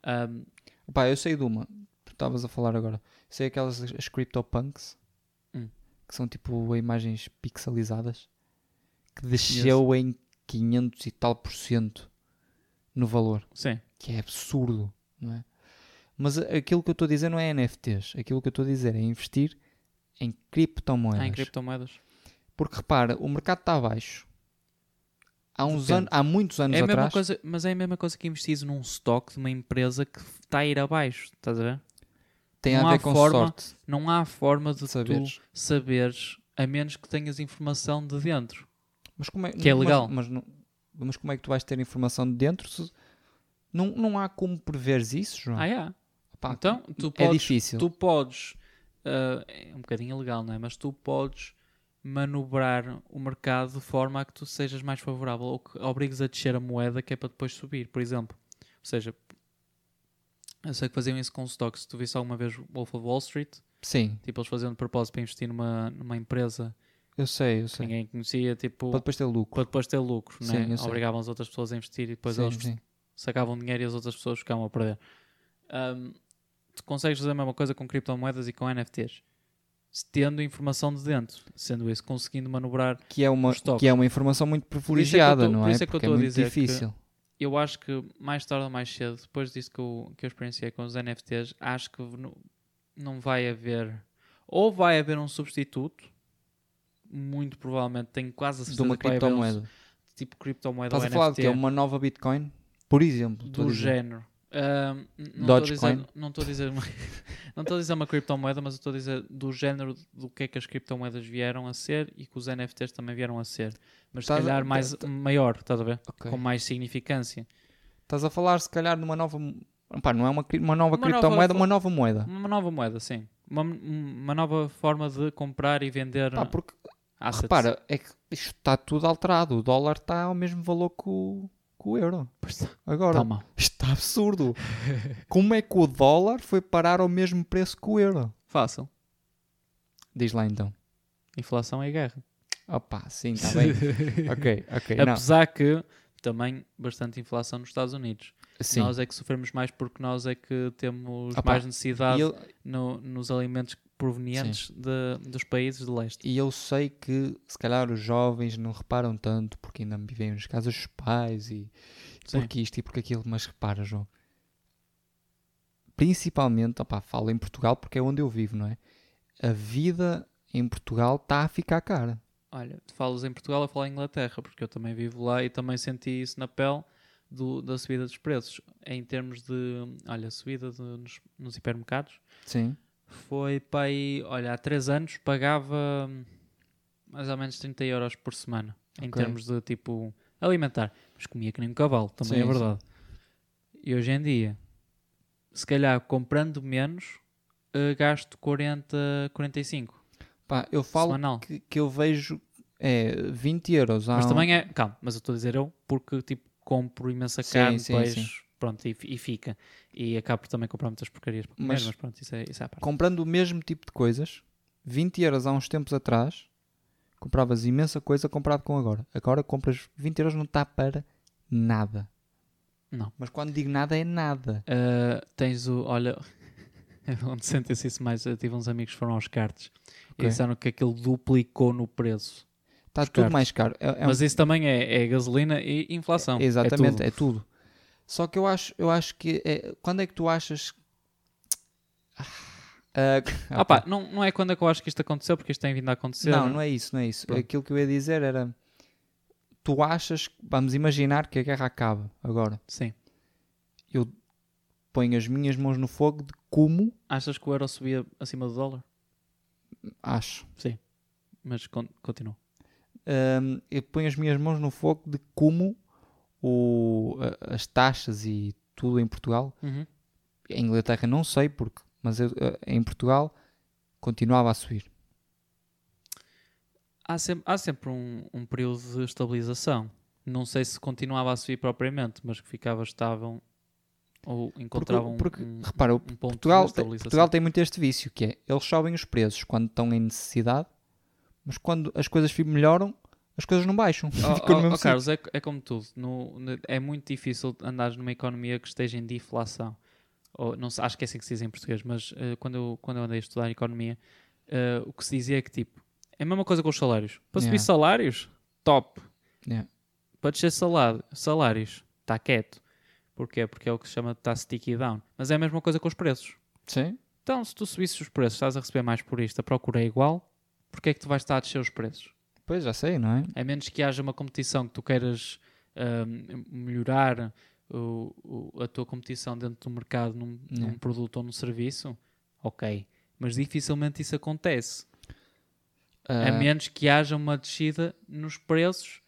Speaker 2: Ahm,
Speaker 1: Pá, eu sei de uma. Tu estavas a falar agora. Sei aquelas as CryptoPunks
Speaker 2: Hum.
Speaker 1: que são tipo imagens pixelizadas que desceu em 500 e tal por cento no valor,
Speaker 2: sim.
Speaker 1: que é absurdo, não é? Mas a- aquilo que eu estou a dizer não é NFTs, aquilo que eu estou a dizer é investir em criptomoedas.
Speaker 2: Há em criptomoedas.
Speaker 1: Porque repara, o mercado está abaixo. Há uns
Speaker 2: Depende.
Speaker 1: anos, há muitos anos
Speaker 2: É a mesma
Speaker 1: atrás.
Speaker 2: coisa, mas é a mesma coisa que investir num stock de uma empresa que está a ir abaixo. Estás a ver?
Speaker 1: Tem
Speaker 2: não
Speaker 1: a ver
Speaker 2: há
Speaker 1: com
Speaker 2: forma
Speaker 1: sorte
Speaker 2: Não há forma de
Speaker 1: de saberes.
Speaker 2: tu saberes a menos que tenhas informação de dentro.
Speaker 1: Mas como é
Speaker 2: Que é
Speaker 1: mas-
Speaker 2: legal.
Speaker 1: Mas, não- mas como é que tu vais ter informação de dentro? se- não, não há como preveres isso, João.
Speaker 2: Ah, é.
Speaker 1: Pá,
Speaker 2: Então, tu
Speaker 1: é
Speaker 2: podes
Speaker 1: difícil.
Speaker 2: tu podes ah, é um bocadinho ilegal, não é? Mas tu podes manobrar o mercado de forma a que tu sejas mais favorável ou que obrigues a descer a moeda que é para depois subir, por exemplo. Ou seja, eu sei que faziam isso com o stock. Se tu visse alguma vez o Wolf of Wall Street,
Speaker 1: Sim,
Speaker 2: tipo eles faziam de propósito para investir numa, numa empresa
Speaker 1: eu sei, eu
Speaker 2: que
Speaker 1: sei.
Speaker 2: ninguém conhecia, tipo,
Speaker 1: Para depois ter lucro.
Speaker 2: para depois ter lucro, não
Speaker 1: Sim,
Speaker 2: é?
Speaker 1: eu sei.
Speaker 2: Obrigavam as outras pessoas a investir e depois
Speaker 1: Sim,
Speaker 2: eles
Speaker 1: sim.
Speaker 2: sacavam dinheiro e as outras pessoas ficavam a perder. Ahm, tu consegues fazer a mesma coisa com criptomoedas e com NFTs, se tendo informação de dentro, sendo isso, conseguindo manobrar.
Speaker 1: Que, é uma,
Speaker 2: os toques.
Speaker 1: que é uma informação muito
Speaker 2: eu
Speaker 1: privilegiada,
Speaker 2: tô-
Speaker 1: não
Speaker 2: por
Speaker 1: é?
Speaker 2: isso é que eu
Speaker 1: Porque
Speaker 2: tô a
Speaker 1: muito
Speaker 2: dizer que-
Speaker 1: difícil.
Speaker 2: Eu acho que mais tarde ou mais cedo, depois disso que eu, que eu experienciei com os NFTs, acho que no- não vai haver, ou vai haver um substituto, muito provavelmente, tenho quase a
Speaker 1: de
Speaker 2: certeza
Speaker 1: uma
Speaker 2: que vai haver um
Speaker 1: criptomoeda.
Speaker 2: tipo criptomoeda
Speaker 1: Estás
Speaker 2: ou
Speaker 1: a falar de
Speaker 2: NFT.
Speaker 1: que é uma nova Bitcoin, por exemplo. estou a
Speaker 2: do
Speaker 1: dizer.
Speaker 2: género. Ahm, n- não
Speaker 1: Dogecoin?
Speaker 2: estou a dizer- Não estou a dizer uma- (laughs) não estou a dizer uma criptomoeda, mas eu estou a dizer do género do que é que as criptomoedas vieram a ser e que os NFTs também vieram a ser. Mas se
Speaker 1: Estás a-
Speaker 2: calhar mais, maior, estás a ver?
Speaker 1: Ok.
Speaker 2: Com mais significância.
Speaker 1: Estás a falar, se calhar, de uma nova. Pá, não é uma, cri- uma nova
Speaker 2: Uma
Speaker 1: criptomoeda,
Speaker 2: nova-
Speaker 1: uma nova moeda.
Speaker 2: Uma nova moeda, sim. Uma, uma nova forma de comprar e vender
Speaker 1: Pá, porque
Speaker 2: assets.
Speaker 1: Repara, é que isto está tudo alterado. O dólar está ao mesmo valor que o, que o euro. Agora,
Speaker 2: Toma.
Speaker 1: isto está (laughs) absurdo. Como é que o dólar foi parar ao mesmo preço que o euro?
Speaker 2: Fácil.
Speaker 1: Diz lá então.
Speaker 2: Inflação é guerra.
Speaker 1: Opa, sim, está (laughs) bem. ok, ok. Não,
Speaker 2: Apesar que também bastante inflação nos Estados Unidos.
Speaker 1: sim.
Speaker 2: Nós é que sofremos mais porque nós é que temos
Speaker 1: Opa,
Speaker 2: mais
Speaker 1: E
Speaker 2: necessidade
Speaker 1: eu,
Speaker 2: no- nos alimentos provenientes de- dos países de leste.
Speaker 1: e eu sei que se calhar os jovens não reparam tanto porque ainda vivem nas casas dos pais e
Speaker 2: Sim.
Speaker 1: porque isto e porque aquilo, mas repara, João. Principalmente, opá, falo em Portugal porque é onde eu vivo, não é? A vida em Portugal está a ficar cara.
Speaker 2: Olha, tu falas em Portugal, eu falo em Inglaterra, porque eu também vivo lá e também senti isso na pele do- da subida dos preços. Em termos de, olha, subida de- nos, nos hipermercados,
Speaker 1: Sim.
Speaker 2: foi para aí, olha, há 3 anos pagava hum, mais ou menos 30 euros por semana, em
Speaker 1: Ok.
Speaker 2: termos de tipo alimentar. Mas comia que nem um cavalo, também
Speaker 1: Sim,
Speaker 2: é
Speaker 1: sim.
Speaker 2: verdade. E hoje em dia, se calhar comprando menos, eh, gasto 40, 45
Speaker 1: Pá, eu falo
Speaker 2: semanal.
Speaker 1: que, que eu vejo é 20 euros. Há
Speaker 2: Mas
Speaker 1: um-
Speaker 2: também é. Calma, mas eu estou a dizer eu porque tipo compro imensa
Speaker 1: Sim,
Speaker 2: carne,
Speaker 1: sim,
Speaker 2: peixe,
Speaker 1: sim.
Speaker 2: pronto, e, fi- e fica. E acabo por também comprar muitas porcarias para comer,
Speaker 1: Mas-
Speaker 2: mas, pronto, isso é, isso é à parte.
Speaker 1: comprando o mesmo tipo de coisas, 20 euros há uns tempos atrás, compravas imensa coisa comparado com agora. Agora compras 20 euros, não está para nada.
Speaker 2: Não.
Speaker 1: Mas quando digo nada, é nada.
Speaker 2: Ah, tens o. Olha, (laughs) é onde sentem-se isso mais? Eu tive uns amigos que foram aos cartes
Speaker 1: Ok.
Speaker 2: e disseram que aquilo duplicou no preço.
Speaker 1: Está
Speaker 2: Os
Speaker 1: tudo
Speaker 2: cartos.
Speaker 1: mais caro. É, é um-
Speaker 2: Mas isso também é, é gasolina e inflação.
Speaker 1: Exatamente,
Speaker 2: É
Speaker 1: é tudo. Só que eu acho, eu acho que. é- quando é que tu achas. Ah,
Speaker 2: tudo. Ah pá, não, não é quando é que eu acho que isto aconteceu, porque isto tem vindo a acontecer.
Speaker 1: Não, não é isso, não é isso.
Speaker 2: Pronto.
Speaker 1: Aquilo que eu ia dizer era. Tu achas. que- Vamos imaginar que a guerra acaba agora.
Speaker 2: Sim.
Speaker 1: Eu ponho as minhas mãos no fogo de como
Speaker 2: Achas que o euro subia acima do dólar?
Speaker 1: acho.
Speaker 2: Mas con continua.
Speaker 1: Ahm, eu ponho as minhas mãos no fogo de como o, a- as taxas e tudo em Portugal
Speaker 2: Uhum.
Speaker 1: Em Inglaterra não sei porque, mas eu- eh, em Portugal continuava a subir.
Speaker 2: Há, sempre, há sempre um, um período de estabilização. Não sei se continuava a subir propriamente, mas que ficava estável ou encontrava um-
Speaker 1: porque,
Speaker 2: um,
Speaker 1: Repara, o-
Speaker 2: um ponto
Speaker 1: Portugal,
Speaker 2: de
Speaker 1: te-
Speaker 2: estabilização.
Speaker 1: Portugal tem muito este vício que é eles sobem os preços quando estão em necessidade, mas quando as coisas fi- melhoram, as coisas não baixam. (laughs)
Speaker 2: Oh,
Speaker 1: Ficam no
Speaker 2: oh,
Speaker 1: mesmo
Speaker 2: oh,
Speaker 1: sítio.
Speaker 2: Carlos, é, é como tudo. No- no- é muito difícil andares numa economia que esteja em deflação. Ou, não sei, acho que é assim que se diz em português, mas eh, quando, eu, quando eu andei a estudar economia, eh, o que se dizia é que tipo, é a mesma coisa com os salários. Para subir
Speaker 1: Yeah.
Speaker 2: salários, top.
Speaker 1: Yeah.
Speaker 2: Para descer salário, salários, está quieto. Porquê? Porque é o que se chama de estar sticky down. Mas é a mesma coisa com os preços.
Speaker 1: Sim.
Speaker 2: Então, se tu subisses os preços, estás a receber mais por isto, a procura é igual, porquê é que tu vais estar a descer os preços?
Speaker 1: Pois já sei, não é?
Speaker 2: A menos que haja uma competição que tu queiras ahm, melhorar o- o- a tua competição dentro do mercado num,
Speaker 1: Yeah.
Speaker 2: num produto ou num serviço, ok. Mas dificilmente isso acontece. A
Speaker 1: Ah,
Speaker 2: menos que haja uma descida nos preços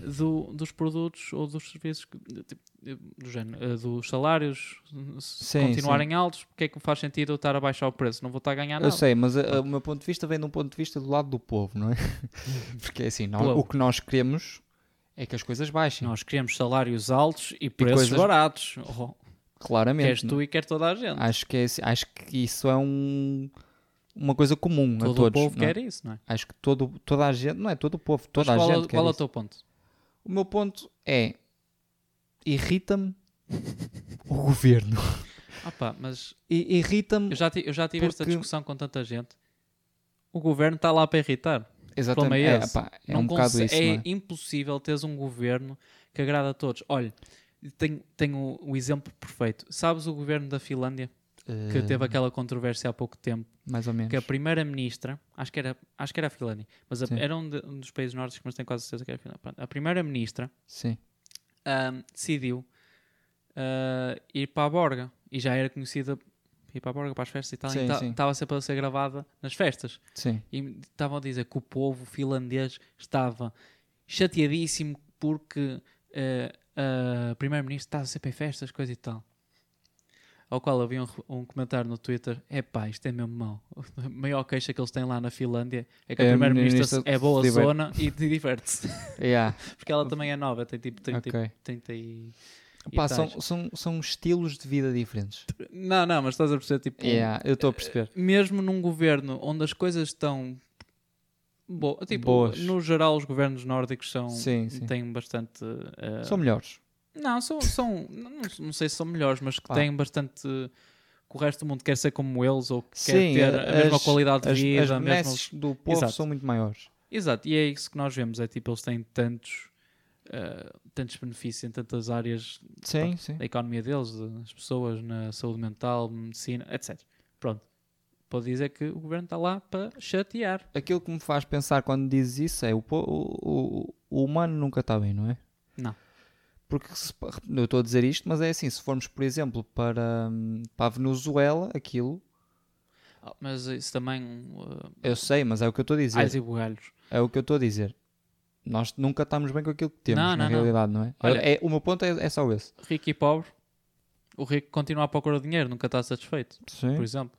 Speaker 2: do- dos produtos ou dos serviços que- de- tipo, eh, do género, eh, dos salários se
Speaker 1: Sim,
Speaker 2: continuarem altos, porque é que me faz sentido eu estar a baixar o preço? Não vou estar a ganhar
Speaker 1: eu
Speaker 2: nada.
Speaker 1: sei, mas ah, o meu ponto de vista vem de um ponto de vista do lado do povo, não é? (laughs) Porque é assim, nós-
Speaker 2: Povo.
Speaker 1: o que nós queremos é que as coisas baixem,
Speaker 2: Nós queremos salários altos e preços
Speaker 1: coisas-
Speaker 2: baratos. Oh, queres
Speaker 1: claramente.
Speaker 2: tu e quer toda a gente.
Speaker 1: Acho que, é, esse- acho que isso é um- uma coisa comum
Speaker 2: Todo
Speaker 1: a todos.
Speaker 2: o povo
Speaker 1: não é?
Speaker 2: quer isso, não é?
Speaker 1: Acho que todo, toda a gente, não é todo o povo, toda
Speaker 2: Mas
Speaker 1: a
Speaker 2: qual é-
Speaker 1: gente quer
Speaker 2: qual é o
Speaker 1: isso.
Speaker 2: teu ponto?
Speaker 1: O meu ponto é, irrita-me
Speaker 2: (laughs)
Speaker 1: o governo.
Speaker 2: Ah pá, mas
Speaker 1: I- Irrita-me,
Speaker 2: eu já, ti- eu já tive esta
Speaker 1: Porque-
Speaker 2: discussão com tanta gente. O governo está lá para irritar.
Speaker 1: exatamente,
Speaker 2: problema é
Speaker 1: é,
Speaker 2: esse.
Speaker 1: pá, é
Speaker 2: Não
Speaker 1: um bocado
Speaker 2: conse-
Speaker 1: isso,
Speaker 2: é
Speaker 1: não é?
Speaker 2: impossível teres um governo que agrada a todos. Olha, tenho, tenho o exemplo perfeito. Sabes o governo da Finlândia, que
Speaker 1: Eh,
Speaker 2: teve aquela controvérsia há pouco tempo,
Speaker 1: mais ou menos.
Speaker 2: que a primeira-ministra, acho que era, acho que era a Finlândia, mas a-
Speaker 1: Sim.
Speaker 2: era um, de- um dos países nórdicos, mas tenho quase certeza que era a Finlândia. Pronto, a primeira-ministra
Speaker 1: Sim.
Speaker 2: ahm, decidiu ah, ir para a Borga e já era conhecida ir para a Borga para as festas e tal.
Speaker 1: Sim, sim.
Speaker 2: Estava sempre a ser gravada nas festas
Speaker 1: Sim.
Speaker 2: e estavam a dizer que o povo finlandês estava chateadíssimo porque o primeiro-ministro estava sempre em festas, coisa e tal. Ao qual havia um, re- um comentário no Twitter: é pá, isto é mesmo mau. (laughs) A maior queixa que eles têm lá na Finlândia é que
Speaker 1: É,
Speaker 2: a
Speaker 1: a
Speaker 2: primeira-ministra
Speaker 1: ministra
Speaker 2: é boa
Speaker 1: se diverte.
Speaker 2: zona e (laughs) te diverte-se.
Speaker 1: Yeah,
Speaker 2: Porque ela também é nova, tem tipo 30 e
Speaker 1: ok.
Speaker 2: 30 e. e
Speaker 1: Pá,
Speaker 2: tais.
Speaker 1: são, são, são estilos de vida diferentes.
Speaker 2: Não, não, mas estás a perceber, tipo,
Speaker 1: Yeah, eu estou a perceber.
Speaker 2: mesmo num governo onde as coisas estão bo tipo,
Speaker 1: Boas.
Speaker 2: no geral os governos nórdicos são
Speaker 1: Sim, sim.
Speaker 2: têm bastante eh,
Speaker 1: São melhores.
Speaker 2: não, são, são não, não sei se são melhores, mas que
Speaker 1: Pá.
Speaker 2: têm bastante que o resto do mundo quer ser como eles ou que quer
Speaker 1: Sim,
Speaker 2: ter a mesma
Speaker 1: as-
Speaker 2: qualidade de
Speaker 1: As,
Speaker 2: vida,
Speaker 1: as
Speaker 2: a mesma-
Speaker 1: benesses do povo
Speaker 2: Exato.
Speaker 1: são muito maiores.
Speaker 2: Exato, e é isso que nós vemos, é tipo, eles têm tantos eh, tantos benefícios em tantas áreas
Speaker 1: Sim, sim.
Speaker 2: da economia deles, das pessoas, na saúde mental, medicina, etc. Pronto. Pode dizer que o governo está lá para chatear.
Speaker 1: Aquilo que me faz pensar quando dizes isso é o, po- o, o- o humano nunca está bem, não é?
Speaker 2: Não.
Speaker 1: Porque se pa- eu estou a dizer isto, mas é assim, se formos, por exemplo, para, hum, para a Venezuela, aquilo,
Speaker 2: Ah, Mas isso também. Uh,
Speaker 1: eu sei, mas é o que eu estou a dizer.
Speaker 2: alhos e bugalhos.
Speaker 1: É o que eu estou a dizer. Nós nunca estamos bem com aquilo que temos,
Speaker 2: Não,
Speaker 1: na
Speaker 2: não, não.
Speaker 1: realidade, não, é?
Speaker 2: Olha-
Speaker 1: é? O meu ponto é, é só esse.
Speaker 2: Rico e pobre. O rico continua à procura de dinheiro, nunca está satisfeito, por
Speaker 1: Sim.
Speaker 2: exemplo.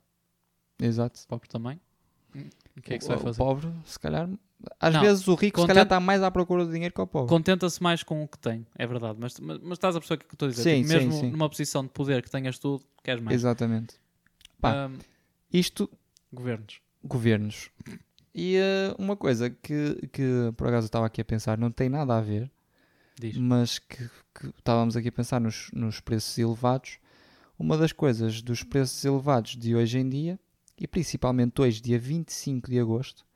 Speaker 1: Exato.
Speaker 2: Pobre também. O que é que se
Speaker 1: O-
Speaker 2: vai
Speaker 1: o
Speaker 2: fazer?
Speaker 1: pobre, se calhar. Às
Speaker 2: Não,
Speaker 1: vezes o rico, se
Speaker 2: contente-
Speaker 1: calhar, está mais à procura de dinheiro que o pobre.
Speaker 2: Contenta-se mais com o que tem, é verdade. Mas, mas, mas estás a pessoa que eu estou a dizer.
Speaker 1: Sim,
Speaker 2: tipo, mesmo
Speaker 1: sim, sim.
Speaker 2: numa posição de poder que tenhas tudo, queres mais.
Speaker 1: Exatamente. Pá.
Speaker 2: Ahm,
Speaker 1: Isto,
Speaker 2: governos.
Speaker 1: governos. E eh, uma coisa que, que por acaso eu estava aqui a pensar, não tem nada a ver,
Speaker 2: Diz.
Speaker 1: mas que, que estávamos aqui a pensar nos, nos preços elevados. Uma das coisas dos preços elevados de hoje em dia, e principalmente hoje, dia 25 de agosto,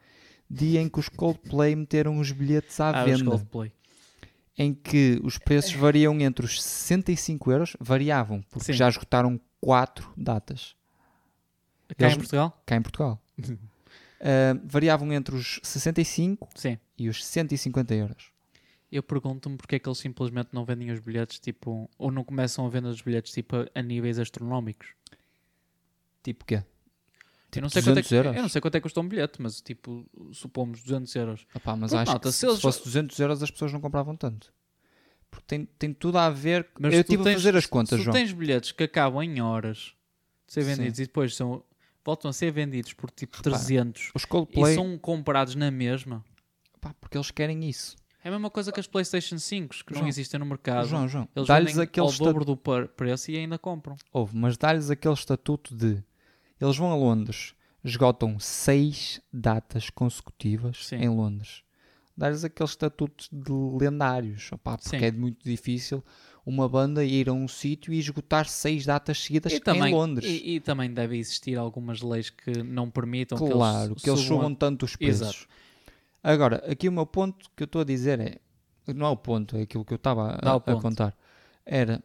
Speaker 1: dia em que os Coldplay meteram os bilhetes à
Speaker 2: Ah, os
Speaker 1: venda,
Speaker 2: Coldplay.
Speaker 1: em que os preços variam entre os 65 euros, variavam, porque
Speaker 2: Sim.
Speaker 1: já esgotaram quatro datas
Speaker 2: Cá
Speaker 1: Eles-
Speaker 2: em Portugal?
Speaker 1: cá em Portugal.
Speaker 2: (laughs)
Speaker 1: Ah, variavam entre os 65
Speaker 2: Sim.
Speaker 1: e os 150 euros.
Speaker 2: Eu pergunto-me porque é que eles simplesmente não vendem os bilhetes, tipo, ou não começam a venda dos bilhetes, tipo, a, a níveis astronómicos.
Speaker 1: Tipo quê?
Speaker 2: eu,
Speaker 1: Tipo
Speaker 2: não sei quanto é
Speaker 1: 200
Speaker 2: que,
Speaker 1: euros?
Speaker 2: eu não sei quanto é que custa um bilhete, mas, tipo, supomos 200 euros.
Speaker 1: Opá, mas
Speaker 2: Porque,
Speaker 1: acho
Speaker 2: malta,
Speaker 1: que
Speaker 2: se
Speaker 1: se,
Speaker 2: eles-
Speaker 1: se fosse 200 euros as pessoas não compravam tanto. Porque tem, tem tudo a ver...
Speaker 2: Mas
Speaker 1: eu
Speaker 2: tu
Speaker 1: estive a
Speaker 2: tens-
Speaker 1: fazer as contas,
Speaker 2: Se tu
Speaker 1: João.
Speaker 2: tens bilhetes que acabam em horas de ser
Speaker 1: Sim.
Speaker 2: vendidos e depois são, voltam a ser vendidos por, tipo, 300
Speaker 1: Os
Speaker 2: e
Speaker 1: Coldplay...
Speaker 2: são comprados na mesma,
Speaker 1: Pá, porque eles querem isso.
Speaker 2: é a mesma coisa que as PlayStation 5 que não
Speaker 1: João,
Speaker 2: existem no mercado.
Speaker 1: João, João,
Speaker 2: Ah, Eles
Speaker 1: dá-lhes
Speaker 2: vendem
Speaker 1: aquele
Speaker 2: ao
Speaker 1: estatuto...
Speaker 2: dobro do par- preço e ainda compram.
Speaker 1: Houve, mas dá-lhes aquele estatuto de... Eles vão a Londres, esgotam seis datas consecutivas
Speaker 2: Sim.
Speaker 1: em Londres. Dá-lhes aquele estatuto de lendários. Opá, porque
Speaker 2: Sim.
Speaker 1: é muito difícil uma banda ir a um sítio e esgotar seis datas seguidas
Speaker 2: E também,
Speaker 1: em Londres.
Speaker 2: E, e também deve existir algumas leis que não permitam
Speaker 1: Claro,
Speaker 2: que eles,
Speaker 1: que eles
Speaker 2: subam
Speaker 1: subam tanto os preços.
Speaker 2: Exato.
Speaker 1: Agora, aqui o meu ponto que eu estou a dizer é. Não é o ponto, é aquilo que eu estava
Speaker 2: Dá
Speaker 1: a,
Speaker 2: o
Speaker 1: a
Speaker 2: ponto.
Speaker 1: contar. Era.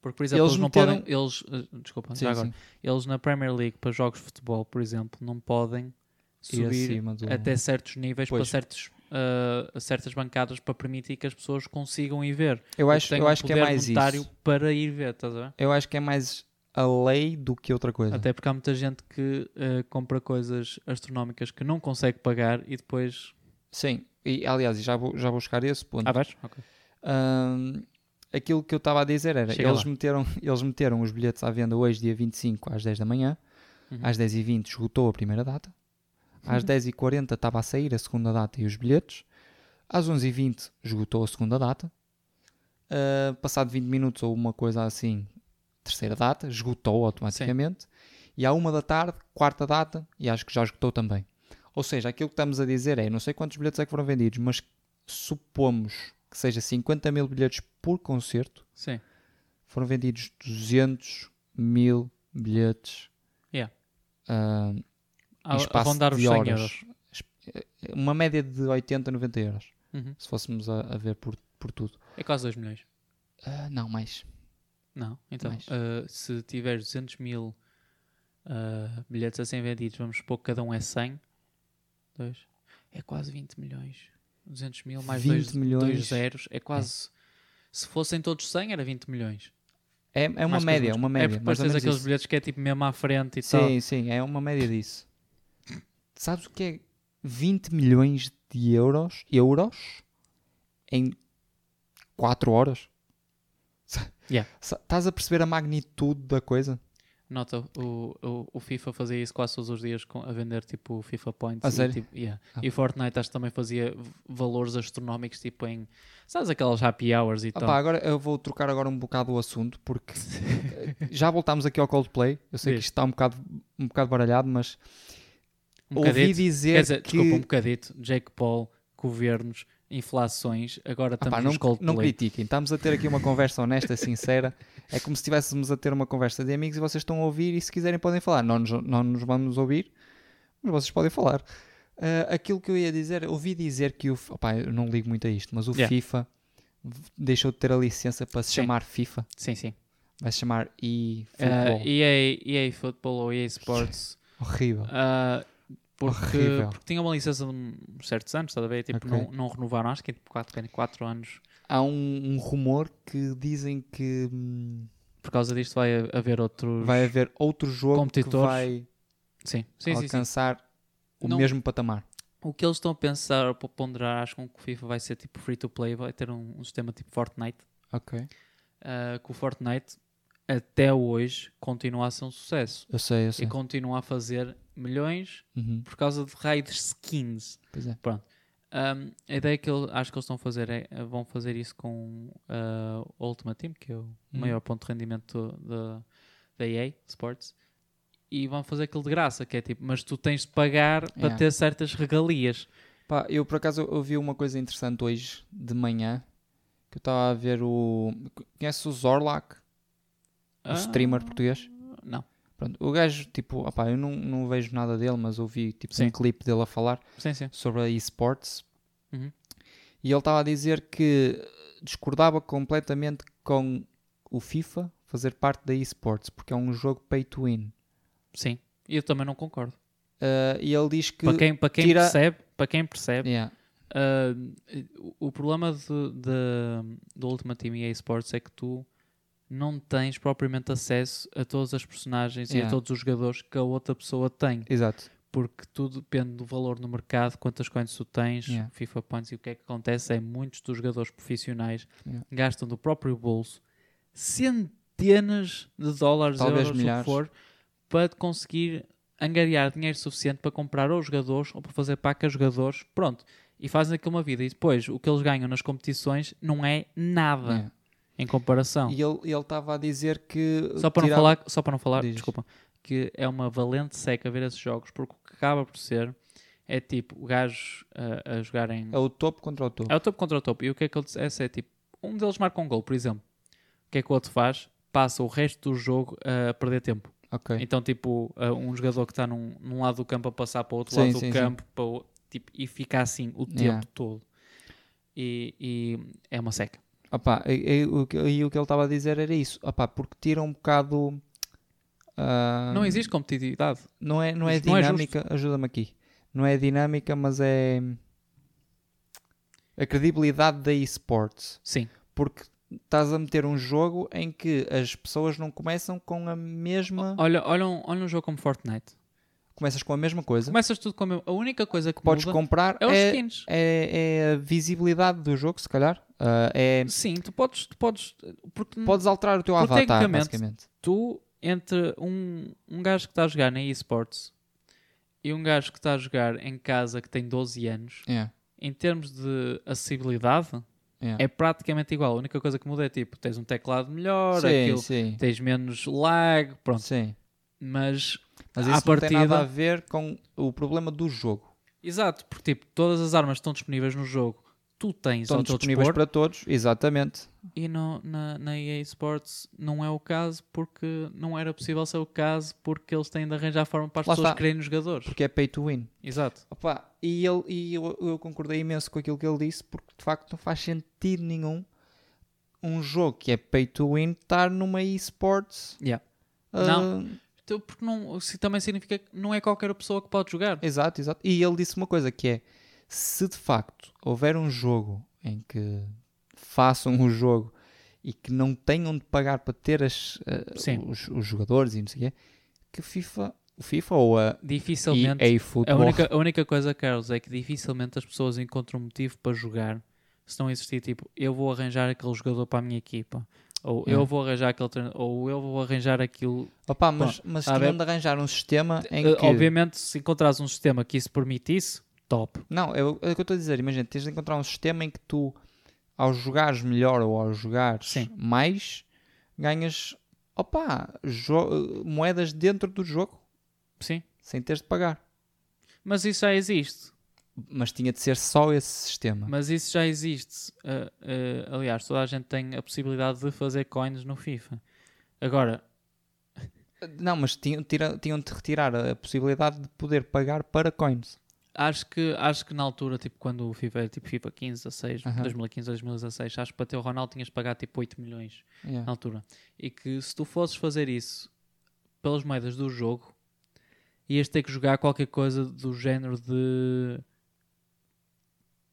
Speaker 2: Porque, por exemplo,
Speaker 1: Eles
Speaker 2: eles, não
Speaker 1: meteram-
Speaker 2: podem. Eles, eh, desculpa,
Speaker 1: Sim,
Speaker 2: já agora.
Speaker 1: sim,
Speaker 2: Eles na Premier League, para jogos de futebol, por exemplo, não podem
Speaker 1: ir
Speaker 2: subir
Speaker 1: acima do-
Speaker 2: até certos níveis
Speaker 1: Pois.
Speaker 2: para certos, eh, certas bancadas para permitir que as pessoas consigam ir ver.
Speaker 1: Eu acho,
Speaker 2: Têm
Speaker 1: eu
Speaker 2: um
Speaker 1: acho que é
Speaker 2: poder
Speaker 1: mais
Speaker 2: monetário
Speaker 1: isso.
Speaker 2: para ir ver, estás a ver?
Speaker 1: Eu acho que é mais a lei do que outra coisa.
Speaker 2: Até porque há muita gente que eh, compra coisas astronómicas que não consegue pagar e depois.
Speaker 1: Sim, e aliás, já vou, já vou chegar a esse ponto.
Speaker 2: Ah, vais? Ok.
Speaker 1: Ahm, aquilo que eu estava a dizer era,
Speaker 2: Chega
Speaker 1: eles
Speaker 2: lá.
Speaker 1: meteram, eles meteram os bilhetes à venda hoje, dia 25, às 10 da manhã.
Speaker 2: Uhum.
Speaker 1: Às 10h20 esgotou a primeira data. Às 10h40 estava a sair a segunda data e os bilhetes. Às 11h20 esgotou a segunda data. Ah, passado 20 minutos ou uma coisa assim, terceira data, esgotou automaticamente. E à uma da tarde, quarta data, e acho que já esgotou também. Ou seja, aquilo que estamos a dizer é, não sei quantos bilhetes é que foram vendidos, mas supomos que seja 50 mil bilhetes por concerto,
Speaker 2: Sim.
Speaker 1: foram vendidos 200 mil bilhetes.
Speaker 2: Yeah.
Speaker 1: ah,
Speaker 2: Ah,
Speaker 1: em espaço
Speaker 2: vão dar os
Speaker 1: de
Speaker 2: 100
Speaker 1: horas.
Speaker 2: euros.
Speaker 1: Uma média de 80, 90 euros.
Speaker 2: Uhum.
Speaker 1: Se fôssemos a, a ver por, por tudo.
Speaker 2: É quase 2 milhões.
Speaker 1: Ah, não, mais.
Speaker 2: Não, então,
Speaker 1: Mais.
Speaker 2: ah, se tiveres 200 mil ah, bilhetes a 100 vendidos, vamos supor que cada um é 100, dois, é quase 20 milhões. 200 mil mais
Speaker 1: 20
Speaker 2: dois,
Speaker 1: milhões.
Speaker 2: dois zeros, é quase. Se fossem todos 100, era 20 milhões.
Speaker 1: É, é uma
Speaker 2: Mais coisa,
Speaker 1: média,
Speaker 2: menos
Speaker 1: uma
Speaker 2: coisa.
Speaker 1: média.
Speaker 2: É porque depois
Speaker 1: mais ou
Speaker 2: tens
Speaker 1: menos
Speaker 2: aqueles
Speaker 1: isso.
Speaker 2: bilhetes que é tipo mesmo à frente e tal.
Speaker 1: Sim, sim, é uma média disso. Sabes o que é 20 milhões de euros, euros em 4 horas? Sa-
Speaker 2: Yeah.
Speaker 1: sa- Estás a perceber a magnitude da coisa?
Speaker 2: Nota, o, o, o FIFA fazia isso quase todos os dias com- a vender tipo FIFA Points.
Speaker 1: A
Speaker 2: e,
Speaker 1: sério?
Speaker 2: tipo, yeah.
Speaker 1: Ah.
Speaker 2: E Fortnite acho que também fazia v- valores astronómicos tipo em. Sabes aquelas happy hours e
Speaker 1: Ah
Speaker 2: tal?
Speaker 1: pá, agora eu vou trocar agora um bocado o assunto
Speaker 2: (laughs)
Speaker 1: porque já voltámos aqui ao Coldplay. Eu sei que
Speaker 2: Diz.
Speaker 1: isto está um bocado, um bocado baralhado, mas
Speaker 2: Um
Speaker 1: ouvi
Speaker 2: bocadito. Quer
Speaker 1: dizer
Speaker 2: dizer,
Speaker 1: que
Speaker 2: desculpa, um bocadito. Jake Paul, governos, inflações, agora
Speaker 1: Ah pá,
Speaker 2: estamos
Speaker 1: não,
Speaker 2: nos
Speaker 1: não
Speaker 2: Coldplay.
Speaker 1: critiquem, estamos a ter aqui uma conversa honesta, sincera. É como se estivéssemos a ter uma conversa de amigos e vocês estão a ouvir e se quiserem podem falar. Não nos, não nos vamos ouvir, mas vocês podem falar. Ah, aquilo que eu ia dizer, ouvi dizer que o. f- opá, eu não ligo muito a isto, mas o
Speaker 2: Yeah.
Speaker 1: FIFA v- deixou de ter a licença para se
Speaker 2: Sim.
Speaker 1: chamar FIFA,
Speaker 2: Sim, sim.
Speaker 1: vai se chamar e
Speaker 2: Uh, EA, EA Football ou EA Sports.
Speaker 1: Horrível.
Speaker 2: uh, porque,
Speaker 1: Horrível.
Speaker 2: porque tinha uma licença de uns certos anos, estás a ver? Tipo,
Speaker 1: Ok.
Speaker 2: não, não renovaram, acho que é tipo 4, 4 anos.
Speaker 1: Há um, um rumor que dizem que hum,
Speaker 2: Por causa disto vai ha- haver outros.
Speaker 1: vai haver outro jogo que
Speaker 2: Competidores.
Speaker 1: vai
Speaker 2: Sim, sim, sim, sim.
Speaker 1: alcançar o
Speaker 2: Não-
Speaker 1: mesmo patamar.
Speaker 2: O que eles estão a pensar ou a ponderar, acho que o FIFA vai ser tipo free to play, vai ter um, um sistema tipo Fortnite.
Speaker 1: Ok.
Speaker 2: uh, que o Fortnite até hoje continua a ser um sucesso.
Speaker 1: Eu sei, eu sei.
Speaker 2: E continua a fazer milhões
Speaker 1: Uhum,
Speaker 2: por causa de raio de skins.
Speaker 1: pois é.
Speaker 2: Um, a ideia que eu acho que eles estão a fazer é vão fazer isso com ah, o Ultimate Team, que é o
Speaker 1: Hum.
Speaker 2: maior ponto de rendimento da da EA Sports, e vão fazer aquilo de graça, que é tipo, mas tu tens de pagar para
Speaker 1: Yeah.
Speaker 2: ter certas regalias.
Speaker 1: Pá, eu por acaso ouvi uma coisa interessante hoje de manhã que eu estava a ver o. Conheces o Zorlak? Um
Speaker 2: Ah,
Speaker 1: streamer português?
Speaker 2: Não.
Speaker 1: Pronto, o gajo, tipo, opá, eu não, não vejo nada dele, mas ouvi tipo,
Speaker 2: Sim.
Speaker 1: um clipe dele a falar
Speaker 2: Ah, Sim, sim.
Speaker 1: sobre a esports
Speaker 2: Uhum.
Speaker 1: e ele estava a dizer que discordava completamente com o FIFA fazer parte da esports porque é um jogo pay to win.
Speaker 2: Sim. E Eu também não concordo.
Speaker 1: Ah, e ele diz que.
Speaker 2: para quem, para quem
Speaker 1: tira-
Speaker 2: percebe, para quem percebe,
Speaker 1: Yeah,
Speaker 2: Ah, o o problema do, de- do Ultimate Team EA Sports é que tu não tens propriamente acesso a todas as personagens e a
Speaker 1: Yeah.
Speaker 2: todos os jogadores que a outra pessoa tem,
Speaker 1: exato.
Speaker 2: porque tudo depende do valor no mercado, quantas coins tu tens,
Speaker 1: Yeah.
Speaker 2: FIFA points e o que é que acontece é muitos dos jogadores profissionais
Speaker 1: Yeah.
Speaker 2: gastam do próprio bolso centenas de dólares,
Speaker 1: Talvez
Speaker 2: euros, o que
Speaker 1: milhares.
Speaker 2: for, para conseguir angariar dinheiro suficiente para comprar ou jogadores ou para fazer paca a jogadores, pronto. E fazem aquilo uma vida. E depois, o que eles ganham nas competições não é nada
Speaker 1: Yeah.
Speaker 2: em comparação.
Speaker 1: E ele ele estava a dizer que.
Speaker 2: Só para, não
Speaker 1: tirava-
Speaker 2: falar, só para não falar,
Speaker 1: Dizes.
Speaker 2: desculpa, que é uma valente seca ver esses jogos, porque o que acaba por ser é tipo o gajo eh, a, a jogar em.
Speaker 1: É o topo contra o topo.
Speaker 2: É o topo contra o topo. E o que é que ele disse? É tipo, um deles marca um gol, por exemplo. O que é que o outro faz? Passa o resto do jogo a perder tempo.
Speaker 1: Ok.
Speaker 2: Então, tipo, uh, um jogador que está num, num lado do campo a passar para o outro
Speaker 1: Sim,
Speaker 2: lado do
Speaker 1: sim, sim.
Speaker 2: campo para o- tipo, e fica assim o tempo
Speaker 1: Yeah.
Speaker 2: todo. E, e é uma seca.
Speaker 1: Opa, e, e o que- e o que ele estava a dizer era isso. Opa, porque tira um bocado. ah,
Speaker 2: Não existe competitividade.
Speaker 1: Não é, não é
Speaker 2: Isto não é
Speaker 1: dinâmica, ajuda-me aqui. Não é dinâmica, mas é a credibilidade da esportes.
Speaker 2: Sim,
Speaker 1: Porque estás a meter um jogo em que as pessoas não começam com a mesma.
Speaker 2: olha, olha, um, olha um jogo como Fortnite.
Speaker 1: Começas com a mesma coisa.
Speaker 2: Começas tudo com a mesma. A única coisa oh. é que
Speaker 1: Podes
Speaker 2: muda
Speaker 1: comprar.
Speaker 2: é os
Speaker 1: É,
Speaker 2: skins.
Speaker 1: é, é a visibilidade do jogo, se calhar. Ah, é,
Speaker 2: Sim, tu podes, tu podes porque
Speaker 1: podes alterar o teu
Speaker 2: Porque
Speaker 1: avatar,
Speaker 2: tecnicamente-
Speaker 1: basicamente.
Speaker 2: tu entre um, um gajo que está a jogar na eSports e um gajo que está a jogar em casa que tem 12 anos,
Speaker 1: Yeah,
Speaker 2: em termos de acessibilidade,
Speaker 1: yeah.
Speaker 2: é praticamente igual. A única coisa que muda é tipo, tens um teclado melhor,
Speaker 1: sim,
Speaker 2: aquilo,
Speaker 1: sim,
Speaker 2: tens menos lag, pronto.
Speaker 1: sim.
Speaker 2: Mas,
Speaker 1: Mas
Speaker 2: à
Speaker 1: isso não tem nada a
Speaker 2: partida-
Speaker 1: ver com o problema do jogo.
Speaker 2: exato, porque tipo, todas as armas estão disponíveis no jogo, tu tens
Speaker 1: Estão
Speaker 2: ao é teu
Speaker 1: disponíveis
Speaker 2: dispor,
Speaker 1: para todos, exatamente.
Speaker 2: e no, na, na EA Sports não é o caso porque não era possível ser o caso porque eles têm de arranjar forma para as
Speaker 1: Lá
Speaker 2: pessoas
Speaker 1: está.
Speaker 2: quererem os jogadores.
Speaker 1: porque é pay to win.
Speaker 2: Exato.
Speaker 1: Opa, e ele, e eu, eu concordei imenso com aquilo que ele disse, porque de facto não faz sentido nenhum um jogo que é pay to win estar numa esports.
Speaker 2: Yeah.
Speaker 1: ah,
Speaker 2: Não. Então, Porque não, se também significa que não é qualquer pessoa que pode jogar.
Speaker 1: Exato, exato. E ele disse uma coisa que é: se de facto houver um jogo em que façam o jogo e que não tenham de pagar para ter as, ah,
Speaker 2: Sim.
Speaker 1: os, os jogadores e não sei o quê, que FIFA, o FIFA ou a
Speaker 2: Dificilmente.
Speaker 1: EA
Speaker 2: É a,
Speaker 1: Football
Speaker 2: única, a única coisa, Carlos, é que dificilmente as pessoas encontram um motivo para jogar se não existir tipo, eu vou arranjar aquele jogador para a minha equipa. Ou eu
Speaker 1: Yeah.
Speaker 2: vou arranjar aquele treinador, ou eu vou arranjar aquilo.
Speaker 1: Opa, mas, mas
Speaker 2: tá a
Speaker 1: tinham de arranjar um sistema em
Speaker 2: Eh,
Speaker 1: que.
Speaker 2: Obviamente, se encontrares um sistema que isso permitisse, top.
Speaker 1: Não, é o, é o que eu estou a dizer. Imagina, tens de encontrar um sistema em que tu, ao jogares melhor ou ao jogares
Speaker 2: Sim.
Speaker 1: mais, ganhas opa, jo- eh, moedas dentro do jogo
Speaker 2: Sim.
Speaker 1: sem teres de pagar.
Speaker 2: Mas isso já existe.
Speaker 1: Mas tinha de ser só esse sistema.
Speaker 2: Mas isso já existe. Ah, ah, aliás, toda a gente tem a possibilidade de fazer coins no FIFA. Agora,
Speaker 1: Não, mas tinham, tira- tinham de retirar a possibilidade de poder pagar para coins.
Speaker 2: Acho que, acho que na altura, tipo, quando o FIFA era tipo FIFA 15, 16,
Speaker 1: Aham.
Speaker 2: 2015, 2016, acho que para ter o Ronaldo tinhas de pagar tipo 8 milhões na
Speaker 1: Yeah.
Speaker 2: altura. E que se tu fosses fazer isso pelas moedas do jogo, ias ter que jogar qualquer coisa do género de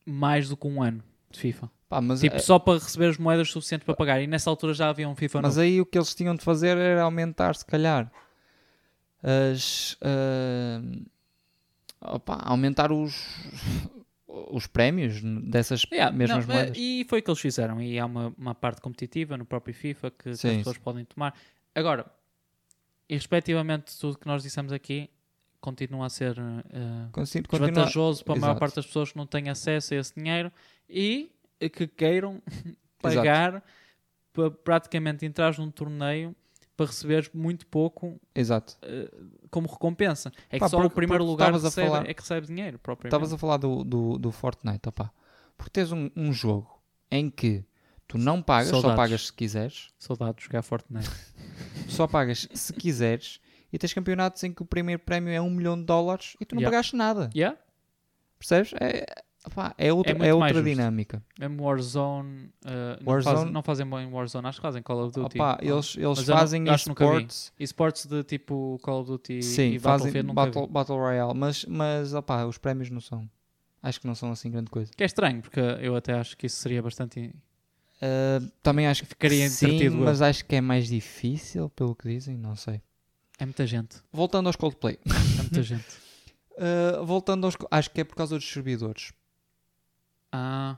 Speaker 2: mais do que um ano de FIFA.
Speaker 1: Pá, mas é, Ah.
Speaker 2: tipo, só para receber as moedas suficientes para pagar. E nessa altura já havia um FIFA
Speaker 1: Mas
Speaker 2: novo.
Speaker 1: aí o que eles tinham de fazer era aumentar, se calhar, as. ah, opá, aumentar os. os prémios dessas
Speaker 2: Yeah,
Speaker 1: mesmas
Speaker 2: não, é, mas-
Speaker 1: moedas.
Speaker 2: E foi o que eles fizeram. E há uma, uma parte competitiva no próprio FIFA que, que
Speaker 1: Sim,
Speaker 2: as pessoas podem tomar. Agora, e respectivamente, tudo que nós dissemos aqui continua a ser eh,
Speaker 1: Consi- continua-
Speaker 2: vantajoso para a maior
Speaker 1: Exato.
Speaker 2: parte das pessoas que não têm acesso a esse dinheiro e que queiram (laughs) pagar para praticamente entrar num torneio para receberes muito pouco
Speaker 1: Exato.
Speaker 2: eh, como recompensa. É que
Speaker 1: Pá,
Speaker 2: só
Speaker 1: porque-
Speaker 2: o primeiro
Speaker 1: porque
Speaker 2: lugar
Speaker 1: estavas a
Speaker 2: recebe,
Speaker 1: falar-
Speaker 2: é que recebe dinheiro propriamente.
Speaker 1: Estavas a falar do, do, do Fortnite, opá. Porque tens um, um jogo em que tu não pagas, só
Speaker 2: Saudades.
Speaker 1: pagas se quiseres,
Speaker 2: Saudades de jogar Fortnite.
Speaker 1: só pagas se quiseres, e tens campeonatos em que o primeiro prémio é um milhão de dólares e tu não
Speaker 2: Yeah.
Speaker 1: pagaste nada.
Speaker 2: yeah?
Speaker 1: Percebes? É, opá, é outra,
Speaker 2: muito
Speaker 1: é outra
Speaker 2: mais justo.
Speaker 1: dinâmica.
Speaker 2: Mesmo É Warzone, eh, não,
Speaker 1: Warzone-
Speaker 2: Fazem, não fazem bem Warzone, acho que fazem Call of Duty.
Speaker 1: Opá, eles eles
Speaker 2: tipo, ah, Mas eu não-
Speaker 1: fazem
Speaker 2: eu acho que nunca vi.
Speaker 1: esportes.
Speaker 2: E Esportes de tipo Call of Duty
Speaker 1: Sim,
Speaker 2: e
Speaker 1: fazem
Speaker 2: Battlefield nunca vi.
Speaker 1: battle, battle Royale, mas, mas opá, os prémios não são. Acho que não são assim grande coisa.
Speaker 2: Que é estranho, porque eu até acho que isso seria bastante.
Speaker 1: Ah, também acho que
Speaker 2: Ficaria
Speaker 1: sim,
Speaker 2: entretido eu.
Speaker 1: mas acho que é mais difícil, pelo que dizem, não sei.
Speaker 2: É muita gente.
Speaker 1: Voltando aos Coldplay.
Speaker 2: É
Speaker 1: (laughs)
Speaker 2: muita gente.
Speaker 1: Ah, voltando aos. co- Acho que é por causa dos servidores.
Speaker 2: Ah,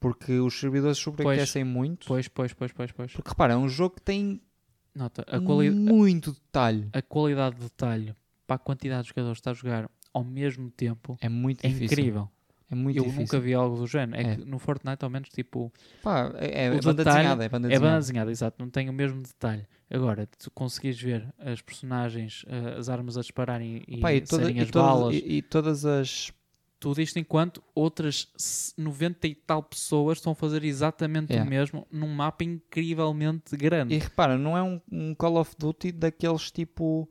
Speaker 1: Porque os servidores sobreaquecem muito.
Speaker 2: pois, pois, pois, pois, pois.
Speaker 1: Porque repara, é um jogo que tem
Speaker 2: Nota, a, quali
Speaker 1: muito detalhe.
Speaker 2: a qualidade de detalhe para a quantidade de jogadores que está a jogar ao mesmo tempo
Speaker 1: É muito
Speaker 2: é
Speaker 1: difícil.
Speaker 2: incrível.
Speaker 1: É muito
Speaker 2: eu
Speaker 1: difícil.
Speaker 2: nunca vi algo do género. É,
Speaker 1: É.
Speaker 2: que no Fortnite, ao menos, tipo,
Speaker 1: Pá, é, é
Speaker 2: O
Speaker 1: banda
Speaker 2: detalhe
Speaker 1: desenhada. É banda
Speaker 2: é banda
Speaker 1: desenhada.
Speaker 2: desenhada, exato, não tem o mesmo detalhe. Agora, tu conseguires ver as personagens, eh, as armas a dispararem e,
Speaker 1: Pá, e, toda-
Speaker 2: serem
Speaker 1: e
Speaker 2: as
Speaker 1: todas-
Speaker 2: balas,
Speaker 1: e- e todas as
Speaker 2: tudo isto enquanto outras s- 90 e tal pessoas estão a fazer exatamente
Speaker 1: Yeah.
Speaker 2: o mesmo num mapa incrivelmente grande.
Speaker 1: E repara, não é um, um Call of Duty daqueles tipo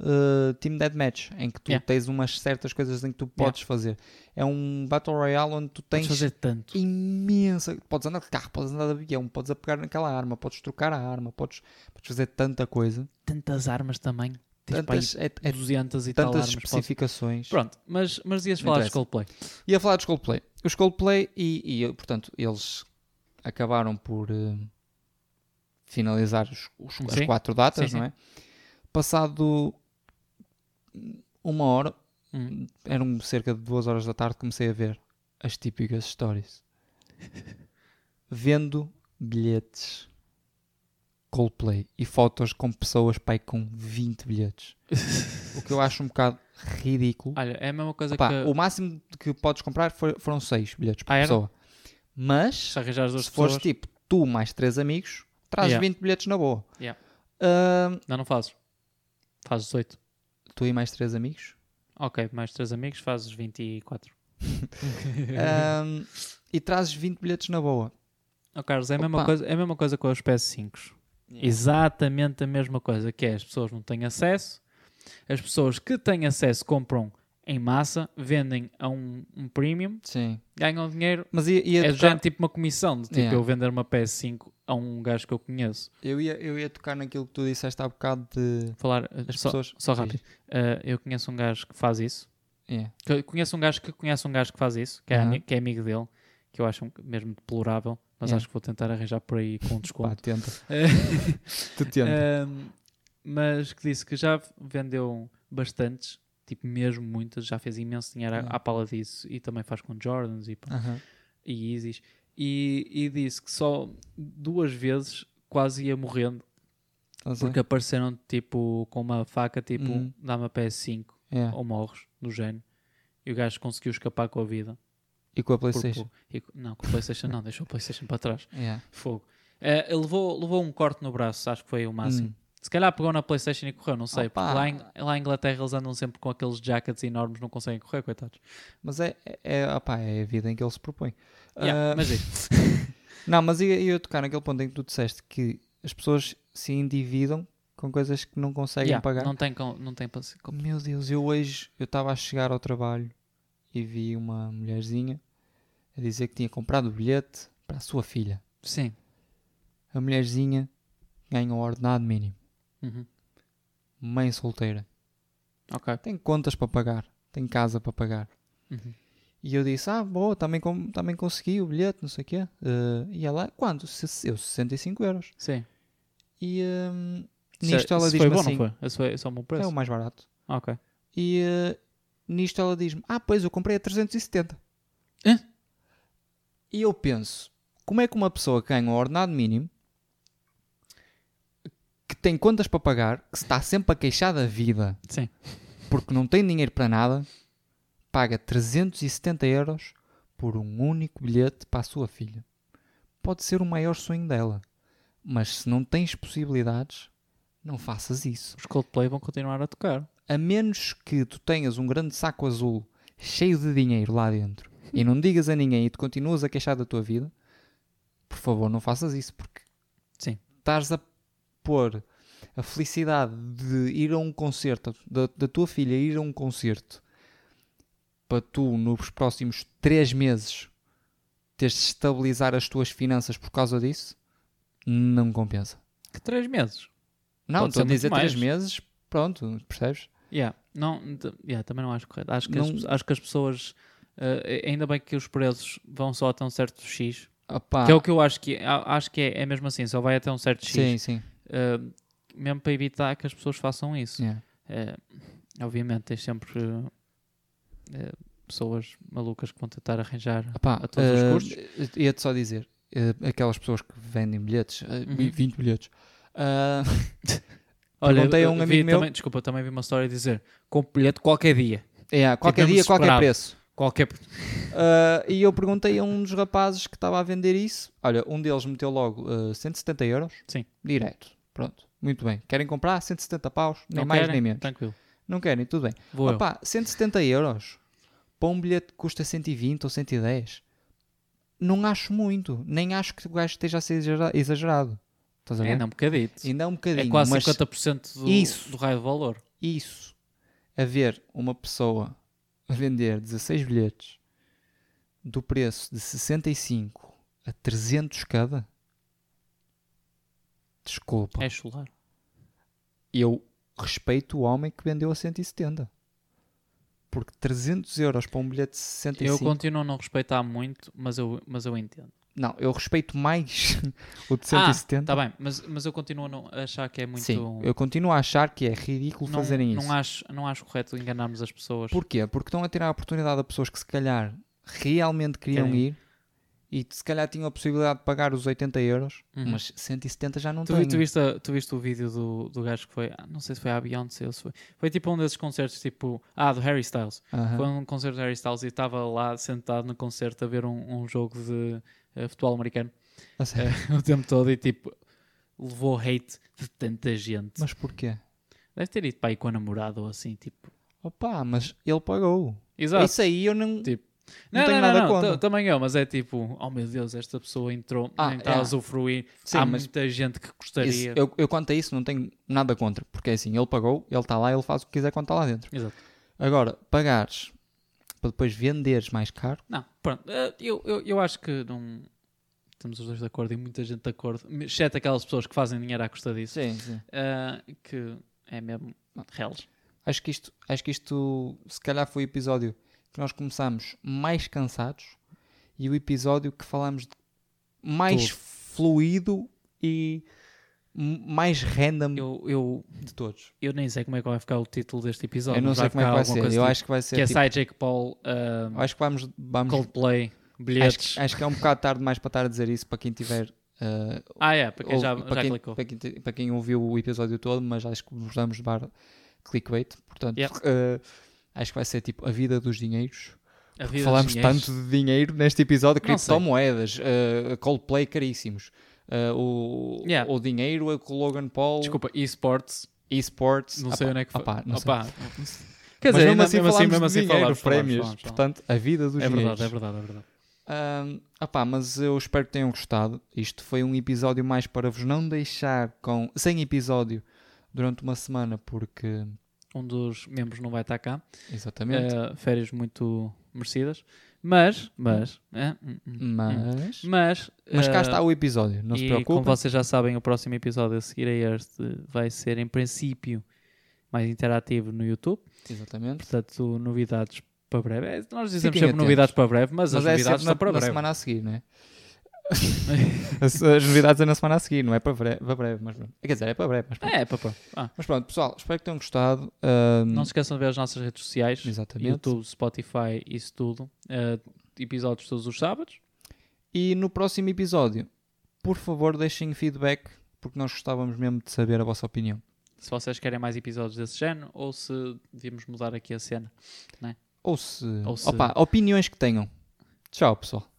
Speaker 1: uh, Team Deathmatch, em que tu
Speaker 2: Yeah.
Speaker 1: tens umas certas coisas em que tu podes fazer. É um Battle Royale onde tu tens
Speaker 2: Podes fazer tanto.
Speaker 1: imensa. Podes andar de carro, podes andar de avião, podes apegar naquela arma, podes trocar a arma, podes, podes fazer tanta coisa,
Speaker 2: Tantas armas também. Tens para aí
Speaker 1: tantas, é- é
Speaker 2: 200 e tal
Speaker 1: tantas
Speaker 2: armas. podes-
Speaker 1: especificações.
Speaker 2: Pronto, mas, mas ias
Speaker 1: Não
Speaker 2: falar de
Speaker 1: interessa.
Speaker 2: Coldplay.
Speaker 1: E a falar dos Coldplay. Os Coldplay, e, e portanto, eles acabaram por eh, finalizar os, os- as
Speaker 2: Sim.
Speaker 1: quatro datas,
Speaker 2: Sim,
Speaker 1: não é? Passado uma hora,
Speaker 2: Hum.
Speaker 1: eram cerca de duas horas da tarde, comecei a ver as típicas stories. (laughs) Vendo bilhetes Coldplay e fotos com pessoas pai com 20
Speaker 2: (laughs)
Speaker 1: bilhetes. o que eu acho um bocado ridículo.
Speaker 2: Olha, é a mesma coisa
Speaker 1: Pá,
Speaker 2: que.
Speaker 1: O máximo que podes comprar foi- foram 6 bilhetes por
Speaker 2: Ah, era?
Speaker 1: pessoa. Mas,
Speaker 2: Se arranjares duas
Speaker 1: se fores
Speaker 2: pessoas.
Speaker 1: tipo tu mais 3 amigos, traz
Speaker 2: Yeah.
Speaker 1: 20 bilhetes na boa.
Speaker 2: Yeah.
Speaker 1: Ahm,
Speaker 2: Não, não fazes. Fazes 18.
Speaker 1: tu e mais 3
Speaker 2: (laughs)
Speaker 1: amigos.
Speaker 2: Ok, mais 3 amigos, fazes 24.
Speaker 1: Ahm, e trazes 20 bilhetes na boa.
Speaker 2: Ó Carlos, é a,
Speaker 1: Opa.
Speaker 2: mesma coisa, é a mesma coisa com os PS5. Exatamente a mesma coisa, que é as pessoas não têm acesso, as pessoas que têm acesso compram em massa, vendem a um, um premium,
Speaker 1: Sim.
Speaker 2: ganham dinheiro.
Speaker 1: Mas ia, ia
Speaker 2: É do
Speaker 1: tocar-
Speaker 2: género tipo uma comissão, de tipo
Speaker 1: Yeah.
Speaker 2: eu vender uma PS5 a um gajo que eu conheço.
Speaker 1: eu, ia, eu ia tocar naquilo que tu disseste há bocado de
Speaker 2: Falar eh,
Speaker 1: as
Speaker 2: só,
Speaker 1: pessoas.
Speaker 2: só rápido. Eh, eu conheço um gajo que faz isso.
Speaker 1: É. Yeah.
Speaker 2: Que- Conheço um gajo que conhece um gajo que faz isso, que é,
Speaker 1: Aham.
Speaker 2: ami- que é amigo dele, que eu acho um- mesmo deplorável, mas
Speaker 1: Yeah.
Speaker 2: acho que vou tentar arranjar por aí com um
Speaker 1: Pá,
Speaker 2: desconto.
Speaker 1: tenta.
Speaker 2: Eh,
Speaker 1: Tu tenta.
Speaker 2: Ahm, mas que disse que já vendeu bastantes, tipo mesmo muitas, já fez imenso dinheiro à,
Speaker 1: Yeah.
Speaker 2: à pala disso e também faz com Jordans e, pá,
Speaker 1: Aham.
Speaker 2: e Yeezys. E, e disse que só duas vezes quase ia morrendo
Speaker 1: Não sei.
Speaker 2: porque apareceram tipo com uma faca, tipo
Speaker 1: Uhum.
Speaker 2: dá-me a PS5
Speaker 1: Yeah.
Speaker 2: ou morres, do género. E o gajo conseguiu escapar com a vida.
Speaker 1: E com a
Speaker 2: por
Speaker 1: Playstation.
Speaker 2: pouco. E co- não, com o PlayStation não, deixou o PlayStation para trás.
Speaker 1: Yeah.
Speaker 2: Fogo. Eh, ele levou, levou um corte no braço, acho que foi o máximo.
Speaker 1: Hum.
Speaker 2: Se calhar pegou na PlayStation e correu, não sei.
Speaker 1: Opa!
Speaker 2: Porque lá em, lá em Inglaterra eles andam sempre com aqueles jackets enormes, não conseguem correr, coitados.
Speaker 1: Mas é, é, é, opá, é a vida em que ele se propõe.
Speaker 2: Yeah,
Speaker 1: Ah,
Speaker 2: mas
Speaker 1: (laughs)
Speaker 2: diz,
Speaker 1: Não, mas ia, ia tocar naquele ponto em que tu disseste que as pessoas se endividam com coisas que não conseguem
Speaker 2: yeah,
Speaker 1: pagar.
Speaker 2: não tem, com- não tem paci- com-
Speaker 1: Meu Deus, eu hoje eu estava a chegar ao trabalho e vi uma mulherzinha a dizer que tinha comprado o bilhete para a sua filha.
Speaker 2: Sim.
Speaker 1: A mulherzinha ganha o ordenado mínimo.
Speaker 2: Uhum.
Speaker 1: Mãe solteira.
Speaker 2: Ok.
Speaker 1: Tem contas para pagar. Tem casa para pagar.
Speaker 2: Uhum.
Speaker 1: E eu disse, ah, boa, também, com- também consegui o bilhete, não sei o quê. Eh, e ela, quanto? Se- Eu, 65 euros.
Speaker 2: Sim.
Speaker 1: E hum,
Speaker 2: Se-
Speaker 1: nisto ela
Speaker 2: se
Speaker 1: diz-me
Speaker 2: é- foi bom,
Speaker 1: assim,
Speaker 2: não foi? Esse foi só o meu
Speaker 1: é
Speaker 2: preço?
Speaker 1: o mais barato.
Speaker 2: Ok.
Speaker 1: E eh, nisto ela diz-me, ah, pois eu comprei a 370.
Speaker 2: Hã?
Speaker 1: E eu penso, como é que uma pessoa que ganha um ordenado mínimo, que tem contas para pagar, que se está sempre a queixar da vida
Speaker 2: Sim.
Speaker 1: porque não tem dinheiro para nada, paga 370 euros por um único bilhete para a sua filha. Pode ser o maior sonho dela, mas se não tens possibilidades, não faças isso.
Speaker 2: Os Coldplay vão continuar a tocar.
Speaker 1: A menos que tu tenhas um grande saco azul cheio de dinheiro lá dentro e não digas a ninguém e te continuas a queixar da tua vida, por favor, não faças isso, porque
Speaker 2: Sim.
Speaker 1: estás a pôr a felicidade de ir a um concerto, da, da tua filha ir a um concerto, para tu, nos próximos 3 meses, teres de estabilizar as tuas finanças por causa disso, não compensa.
Speaker 2: Que três meses.
Speaker 1: Não,
Speaker 2: Pode
Speaker 1: estou a
Speaker 2: ser muito
Speaker 1: dizer 3
Speaker 2: mais.
Speaker 1: meses, pronto, percebes?
Speaker 2: Yeah. Não, de- yeah, também não acho correto. Acho que,
Speaker 1: Não-
Speaker 2: as, acho que as pessoas. eh, ainda bem que os preços vão só até um certo X.
Speaker 1: Opá,
Speaker 2: Que é o que eu acho que, a- acho que é, é mesmo assim, só vai até um certo X.
Speaker 1: Sim, sim.
Speaker 2: Eh, mesmo para evitar que as pessoas façam isso.
Speaker 1: yeah.
Speaker 2: Eh, obviamente, tens sempre eh, eh, pessoas malucas que vão tentar arranjar
Speaker 1: Opá,
Speaker 2: a todos os
Speaker 1: eh,
Speaker 2: custos?
Speaker 1: Ia-te só dizer, eh, aquelas pessoas que vendem bilhetes, eh,
Speaker 2: Uhum.
Speaker 1: 20 bilhetes, ah, (laughs) Perguntei
Speaker 2: Perguntei
Speaker 1: a um amigo meu-
Speaker 2: Também, desculpa, também vi uma história dizer com bilhete qualquer dia.
Speaker 1: yeah, qualquer
Speaker 2: Ficamos
Speaker 1: dia, qualquer
Speaker 2: separados.
Speaker 1: preço.
Speaker 2: Qualquer.
Speaker 1: Ah, e eu perguntei a um dos rapazes que estava a vender isso. Olha, um deles meteu logo ah, 170 euros.
Speaker 2: Sim.
Speaker 1: Direto. Pronto. Muito bem. Querem comprar? 170 paus. Nem
Speaker 2: não
Speaker 1: mais
Speaker 2: querem?
Speaker 1: nem menos.
Speaker 2: Tranquilo.
Speaker 1: Não querem? Tudo bem.
Speaker 2: Vou eu.
Speaker 1: Opa, 170 euros para um bilhete que custa 120 ou 110. Não acho muito. Nem acho que o gajo esteja a ser exagera- exagerado. Estás a ver?
Speaker 2: Ainda um bocadito.
Speaker 1: Ainda é um bocadinho.
Speaker 2: É quase
Speaker 1: mas
Speaker 2: 50% do,
Speaker 1: Isso.
Speaker 2: do raio de valor.
Speaker 1: isso a ver uma pessoa a vender 16 bilhetes do preço de 65 a 300 cada, desculpa,
Speaker 2: É chular.
Speaker 1: eu respeito o homem que vendeu a 170. Porque 300 euros para um bilhete de 65...
Speaker 2: Eu continuo a não respeitar muito, mas eu, mas eu entendo.
Speaker 1: Não, eu respeito mais (laughs) o de
Speaker 2: Ah,
Speaker 1: 170.
Speaker 2: tá bem, mas, mas eu continuo a não achar que é muito.
Speaker 1: Sim, eu continuo a achar que é ridículo
Speaker 2: não,
Speaker 1: fazerem isso.
Speaker 2: não acho, não acho correto enganarmos as pessoas.
Speaker 1: Porquê? Porque estão a tirar a oportunidade a pessoas que se calhar realmente queriam
Speaker 2: Querem.
Speaker 1: ir e se calhar tinham a possibilidade de pagar os 80 euros,
Speaker 2: Uhum.
Speaker 1: mas 170 já não
Speaker 2: Tu,
Speaker 1: têm.
Speaker 2: vi- tu viste, a- tu viste o vídeo do, do gajo que foi, ah, não sei se foi à Beyoncé ou se foi, foi tipo um desses concertos, tipo, ah, do Harry Styles.
Speaker 1: Aham.
Speaker 2: Foi um concerto do Harry Styles e estava lá sentado no concerto a ver um, um jogo de eh, futebol americano (laughs)
Speaker 1: A sério.
Speaker 2: eh, o tempo todo e tipo, levou hate de tanta gente.
Speaker 1: Mas porquê?
Speaker 2: Deve ter ido para aí com a namorada ou assim, tipo.
Speaker 1: Opa, mas ele pagou.
Speaker 2: Exato.
Speaker 1: Isso aí eu não.
Speaker 2: Tipo,
Speaker 1: não tenho nada contra.
Speaker 2: ta- Também eu, mas é tipo, oh meu Deus, esta pessoa entrou,
Speaker 1: Ah,
Speaker 2: nem está
Speaker 1: é.
Speaker 2: a usufruir.
Speaker 1: Sim,
Speaker 2: Há
Speaker 1: mas-
Speaker 2: muita gente que gostaria.
Speaker 1: Isso- eu, eu quanto a isso não tenho nada contra, porque é assim, ele pagou, ele está lá, ele faz o que quiser quando está lá dentro.
Speaker 2: Exato.
Speaker 1: Agora, pagares para depois venderes mais caro,
Speaker 2: Não, pronto. eh, Eu, eu, eu acho que não. Estamos os dois de acordo e muita gente de acordo, exceto aquelas pessoas que fazem dinheiro à custa disso,
Speaker 1: sim, sim.
Speaker 2: eh, que é mesmo reles.
Speaker 1: Acho que isto, acho que isto se calhar foi o episódio que nós começámos mais cansados e o episódio que falámos de mais
Speaker 2: Tudo.
Speaker 1: fluido e m- mais random
Speaker 2: Eu, eu,
Speaker 1: de todos.
Speaker 2: eu nem sei como é que vai ficar o título deste episódio.
Speaker 1: eu não
Speaker 2: mas
Speaker 1: sei como é que
Speaker 2: ficar
Speaker 1: vai
Speaker 2: alguma
Speaker 1: ser. Eu
Speaker 2: coisa tipo-
Speaker 1: acho que vai
Speaker 2: que
Speaker 1: ser.
Speaker 2: é
Speaker 1: tipo-
Speaker 2: sai Jake Paul, eh,
Speaker 1: acho que vamos. vamos
Speaker 2: Coldplay,
Speaker 1: acho,
Speaker 2: bilhetes.
Speaker 1: que- acho que é um bocado tarde mais para estar a dizer isso para quem tiver. eh,
Speaker 2: Ah, é, para quem
Speaker 1: ouve-
Speaker 2: já,
Speaker 1: para
Speaker 2: já
Speaker 1: quem-
Speaker 2: clicou.
Speaker 1: para quem te- para quem ouviu o episódio todo, mas acho que vos damos bar clickbait. Portanto,
Speaker 2: Yeah.
Speaker 1: eh, acho que vai ser tipo a vida dos dinheiros.
Speaker 2: A
Speaker 1: Porque
Speaker 2: vida
Speaker 1: falámos
Speaker 2: dos
Speaker 1: tanto de dinheiro neste episódio,
Speaker 2: Não sei.
Speaker 1: criptomoedas, eh, Coldplay caríssimos, eh, o,
Speaker 2: Yeah.
Speaker 1: o dinheiro eh, com o Logan Paul,
Speaker 2: Desculpa, esports,
Speaker 1: esports,
Speaker 2: não sei
Speaker 1: opá,
Speaker 2: onde é que foi.
Speaker 1: opá, não sei.
Speaker 2: Opá. Quer
Speaker 1: Mas
Speaker 2: dizer,
Speaker 1: mesmo assim,
Speaker 2: ainda- mesmo assim,
Speaker 1: falámos
Speaker 2: mesmo
Speaker 1: de
Speaker 2: assim
Speaker 1: dinheiro,
Speaker 2: falámos, falámos,
Speaker 1: prémios,
Speaker 2: falámos, falámos.
Speaker 1: portanto, a vida dos
Speaker 2: É
Speaker 1: dinheiros.
Speaker 2: verdade, é verdade, é verdade.
Speaker 1: Ahm, opá, mas eu espero que tenham gostado. Isto foi um episódio mais para vos não deixar com sem episódio durante uma semana, porque
Speaker 2: Um dos membros não vai estar cá.
Speaker 1: exatamente.
Speaker 2: Eh, férias muito merecidas. Mas, mas, eh, hum, hum,
Speaker 1: mas,
Speaker 2: mas,
Speaker 1: mas cá
Speaker 2: eh,
Speaker 1: está o episódio, não se
Speaker 2: e
Speaker 1: preocupem.
Speaker 2: como vocês já sabem, o próximo episódio a seguir a este vai ser, em princípio, mais interativo no YouTube.
Speaker 1: Exatamente.
Speaker 2: Portanto, novidades para breve. É, Nós dizemos
Speaker 1: Fiquem
Speaker 2: sempre
Speaker 1: atentos.
Speaker 2: novidades para breve, mas,
Speaker 1: Mas
Speaker 2: as
Speaker 1: é
Speaker 2: novidades
Speaker 1: sempre na,
Speaker 2: estão para
Speaker 1: na
Speaker 2: breve.
Speaker 1: semana a seguir,
Speaker 2: (laughs)
Speaker 1: não é? As, as novidades é na semana a seguir, não é para breve, para breve mas pronto. Quer dizer, é para breve, mas pronto.
Speaker 2: É, papá. Ah,
Speaker 1: Mas pronto, pessoal, espero que tenham gostado. Ahm,
Speaker 2: não se esqueçam de ver as nossas redes sociais.
Speaker 1: Exatamente.
Speaker 2: YouTube, Spotify, isso tudo. Eh, episódios todos os sábados.
Speaker 1: E no próximo episódio, por favor, deixem feedback porque nós gostávamos mesmo de saber a vossa opinião.
Speaker 2: Se vocês querem mais episódios desse género ou se devíamos mudar aqui a cena.
Speaker 1: Ou se,
Speaker 2: Ou se-
Speaker 1: Opa, opiniões que tenham. Tchau, pessoal.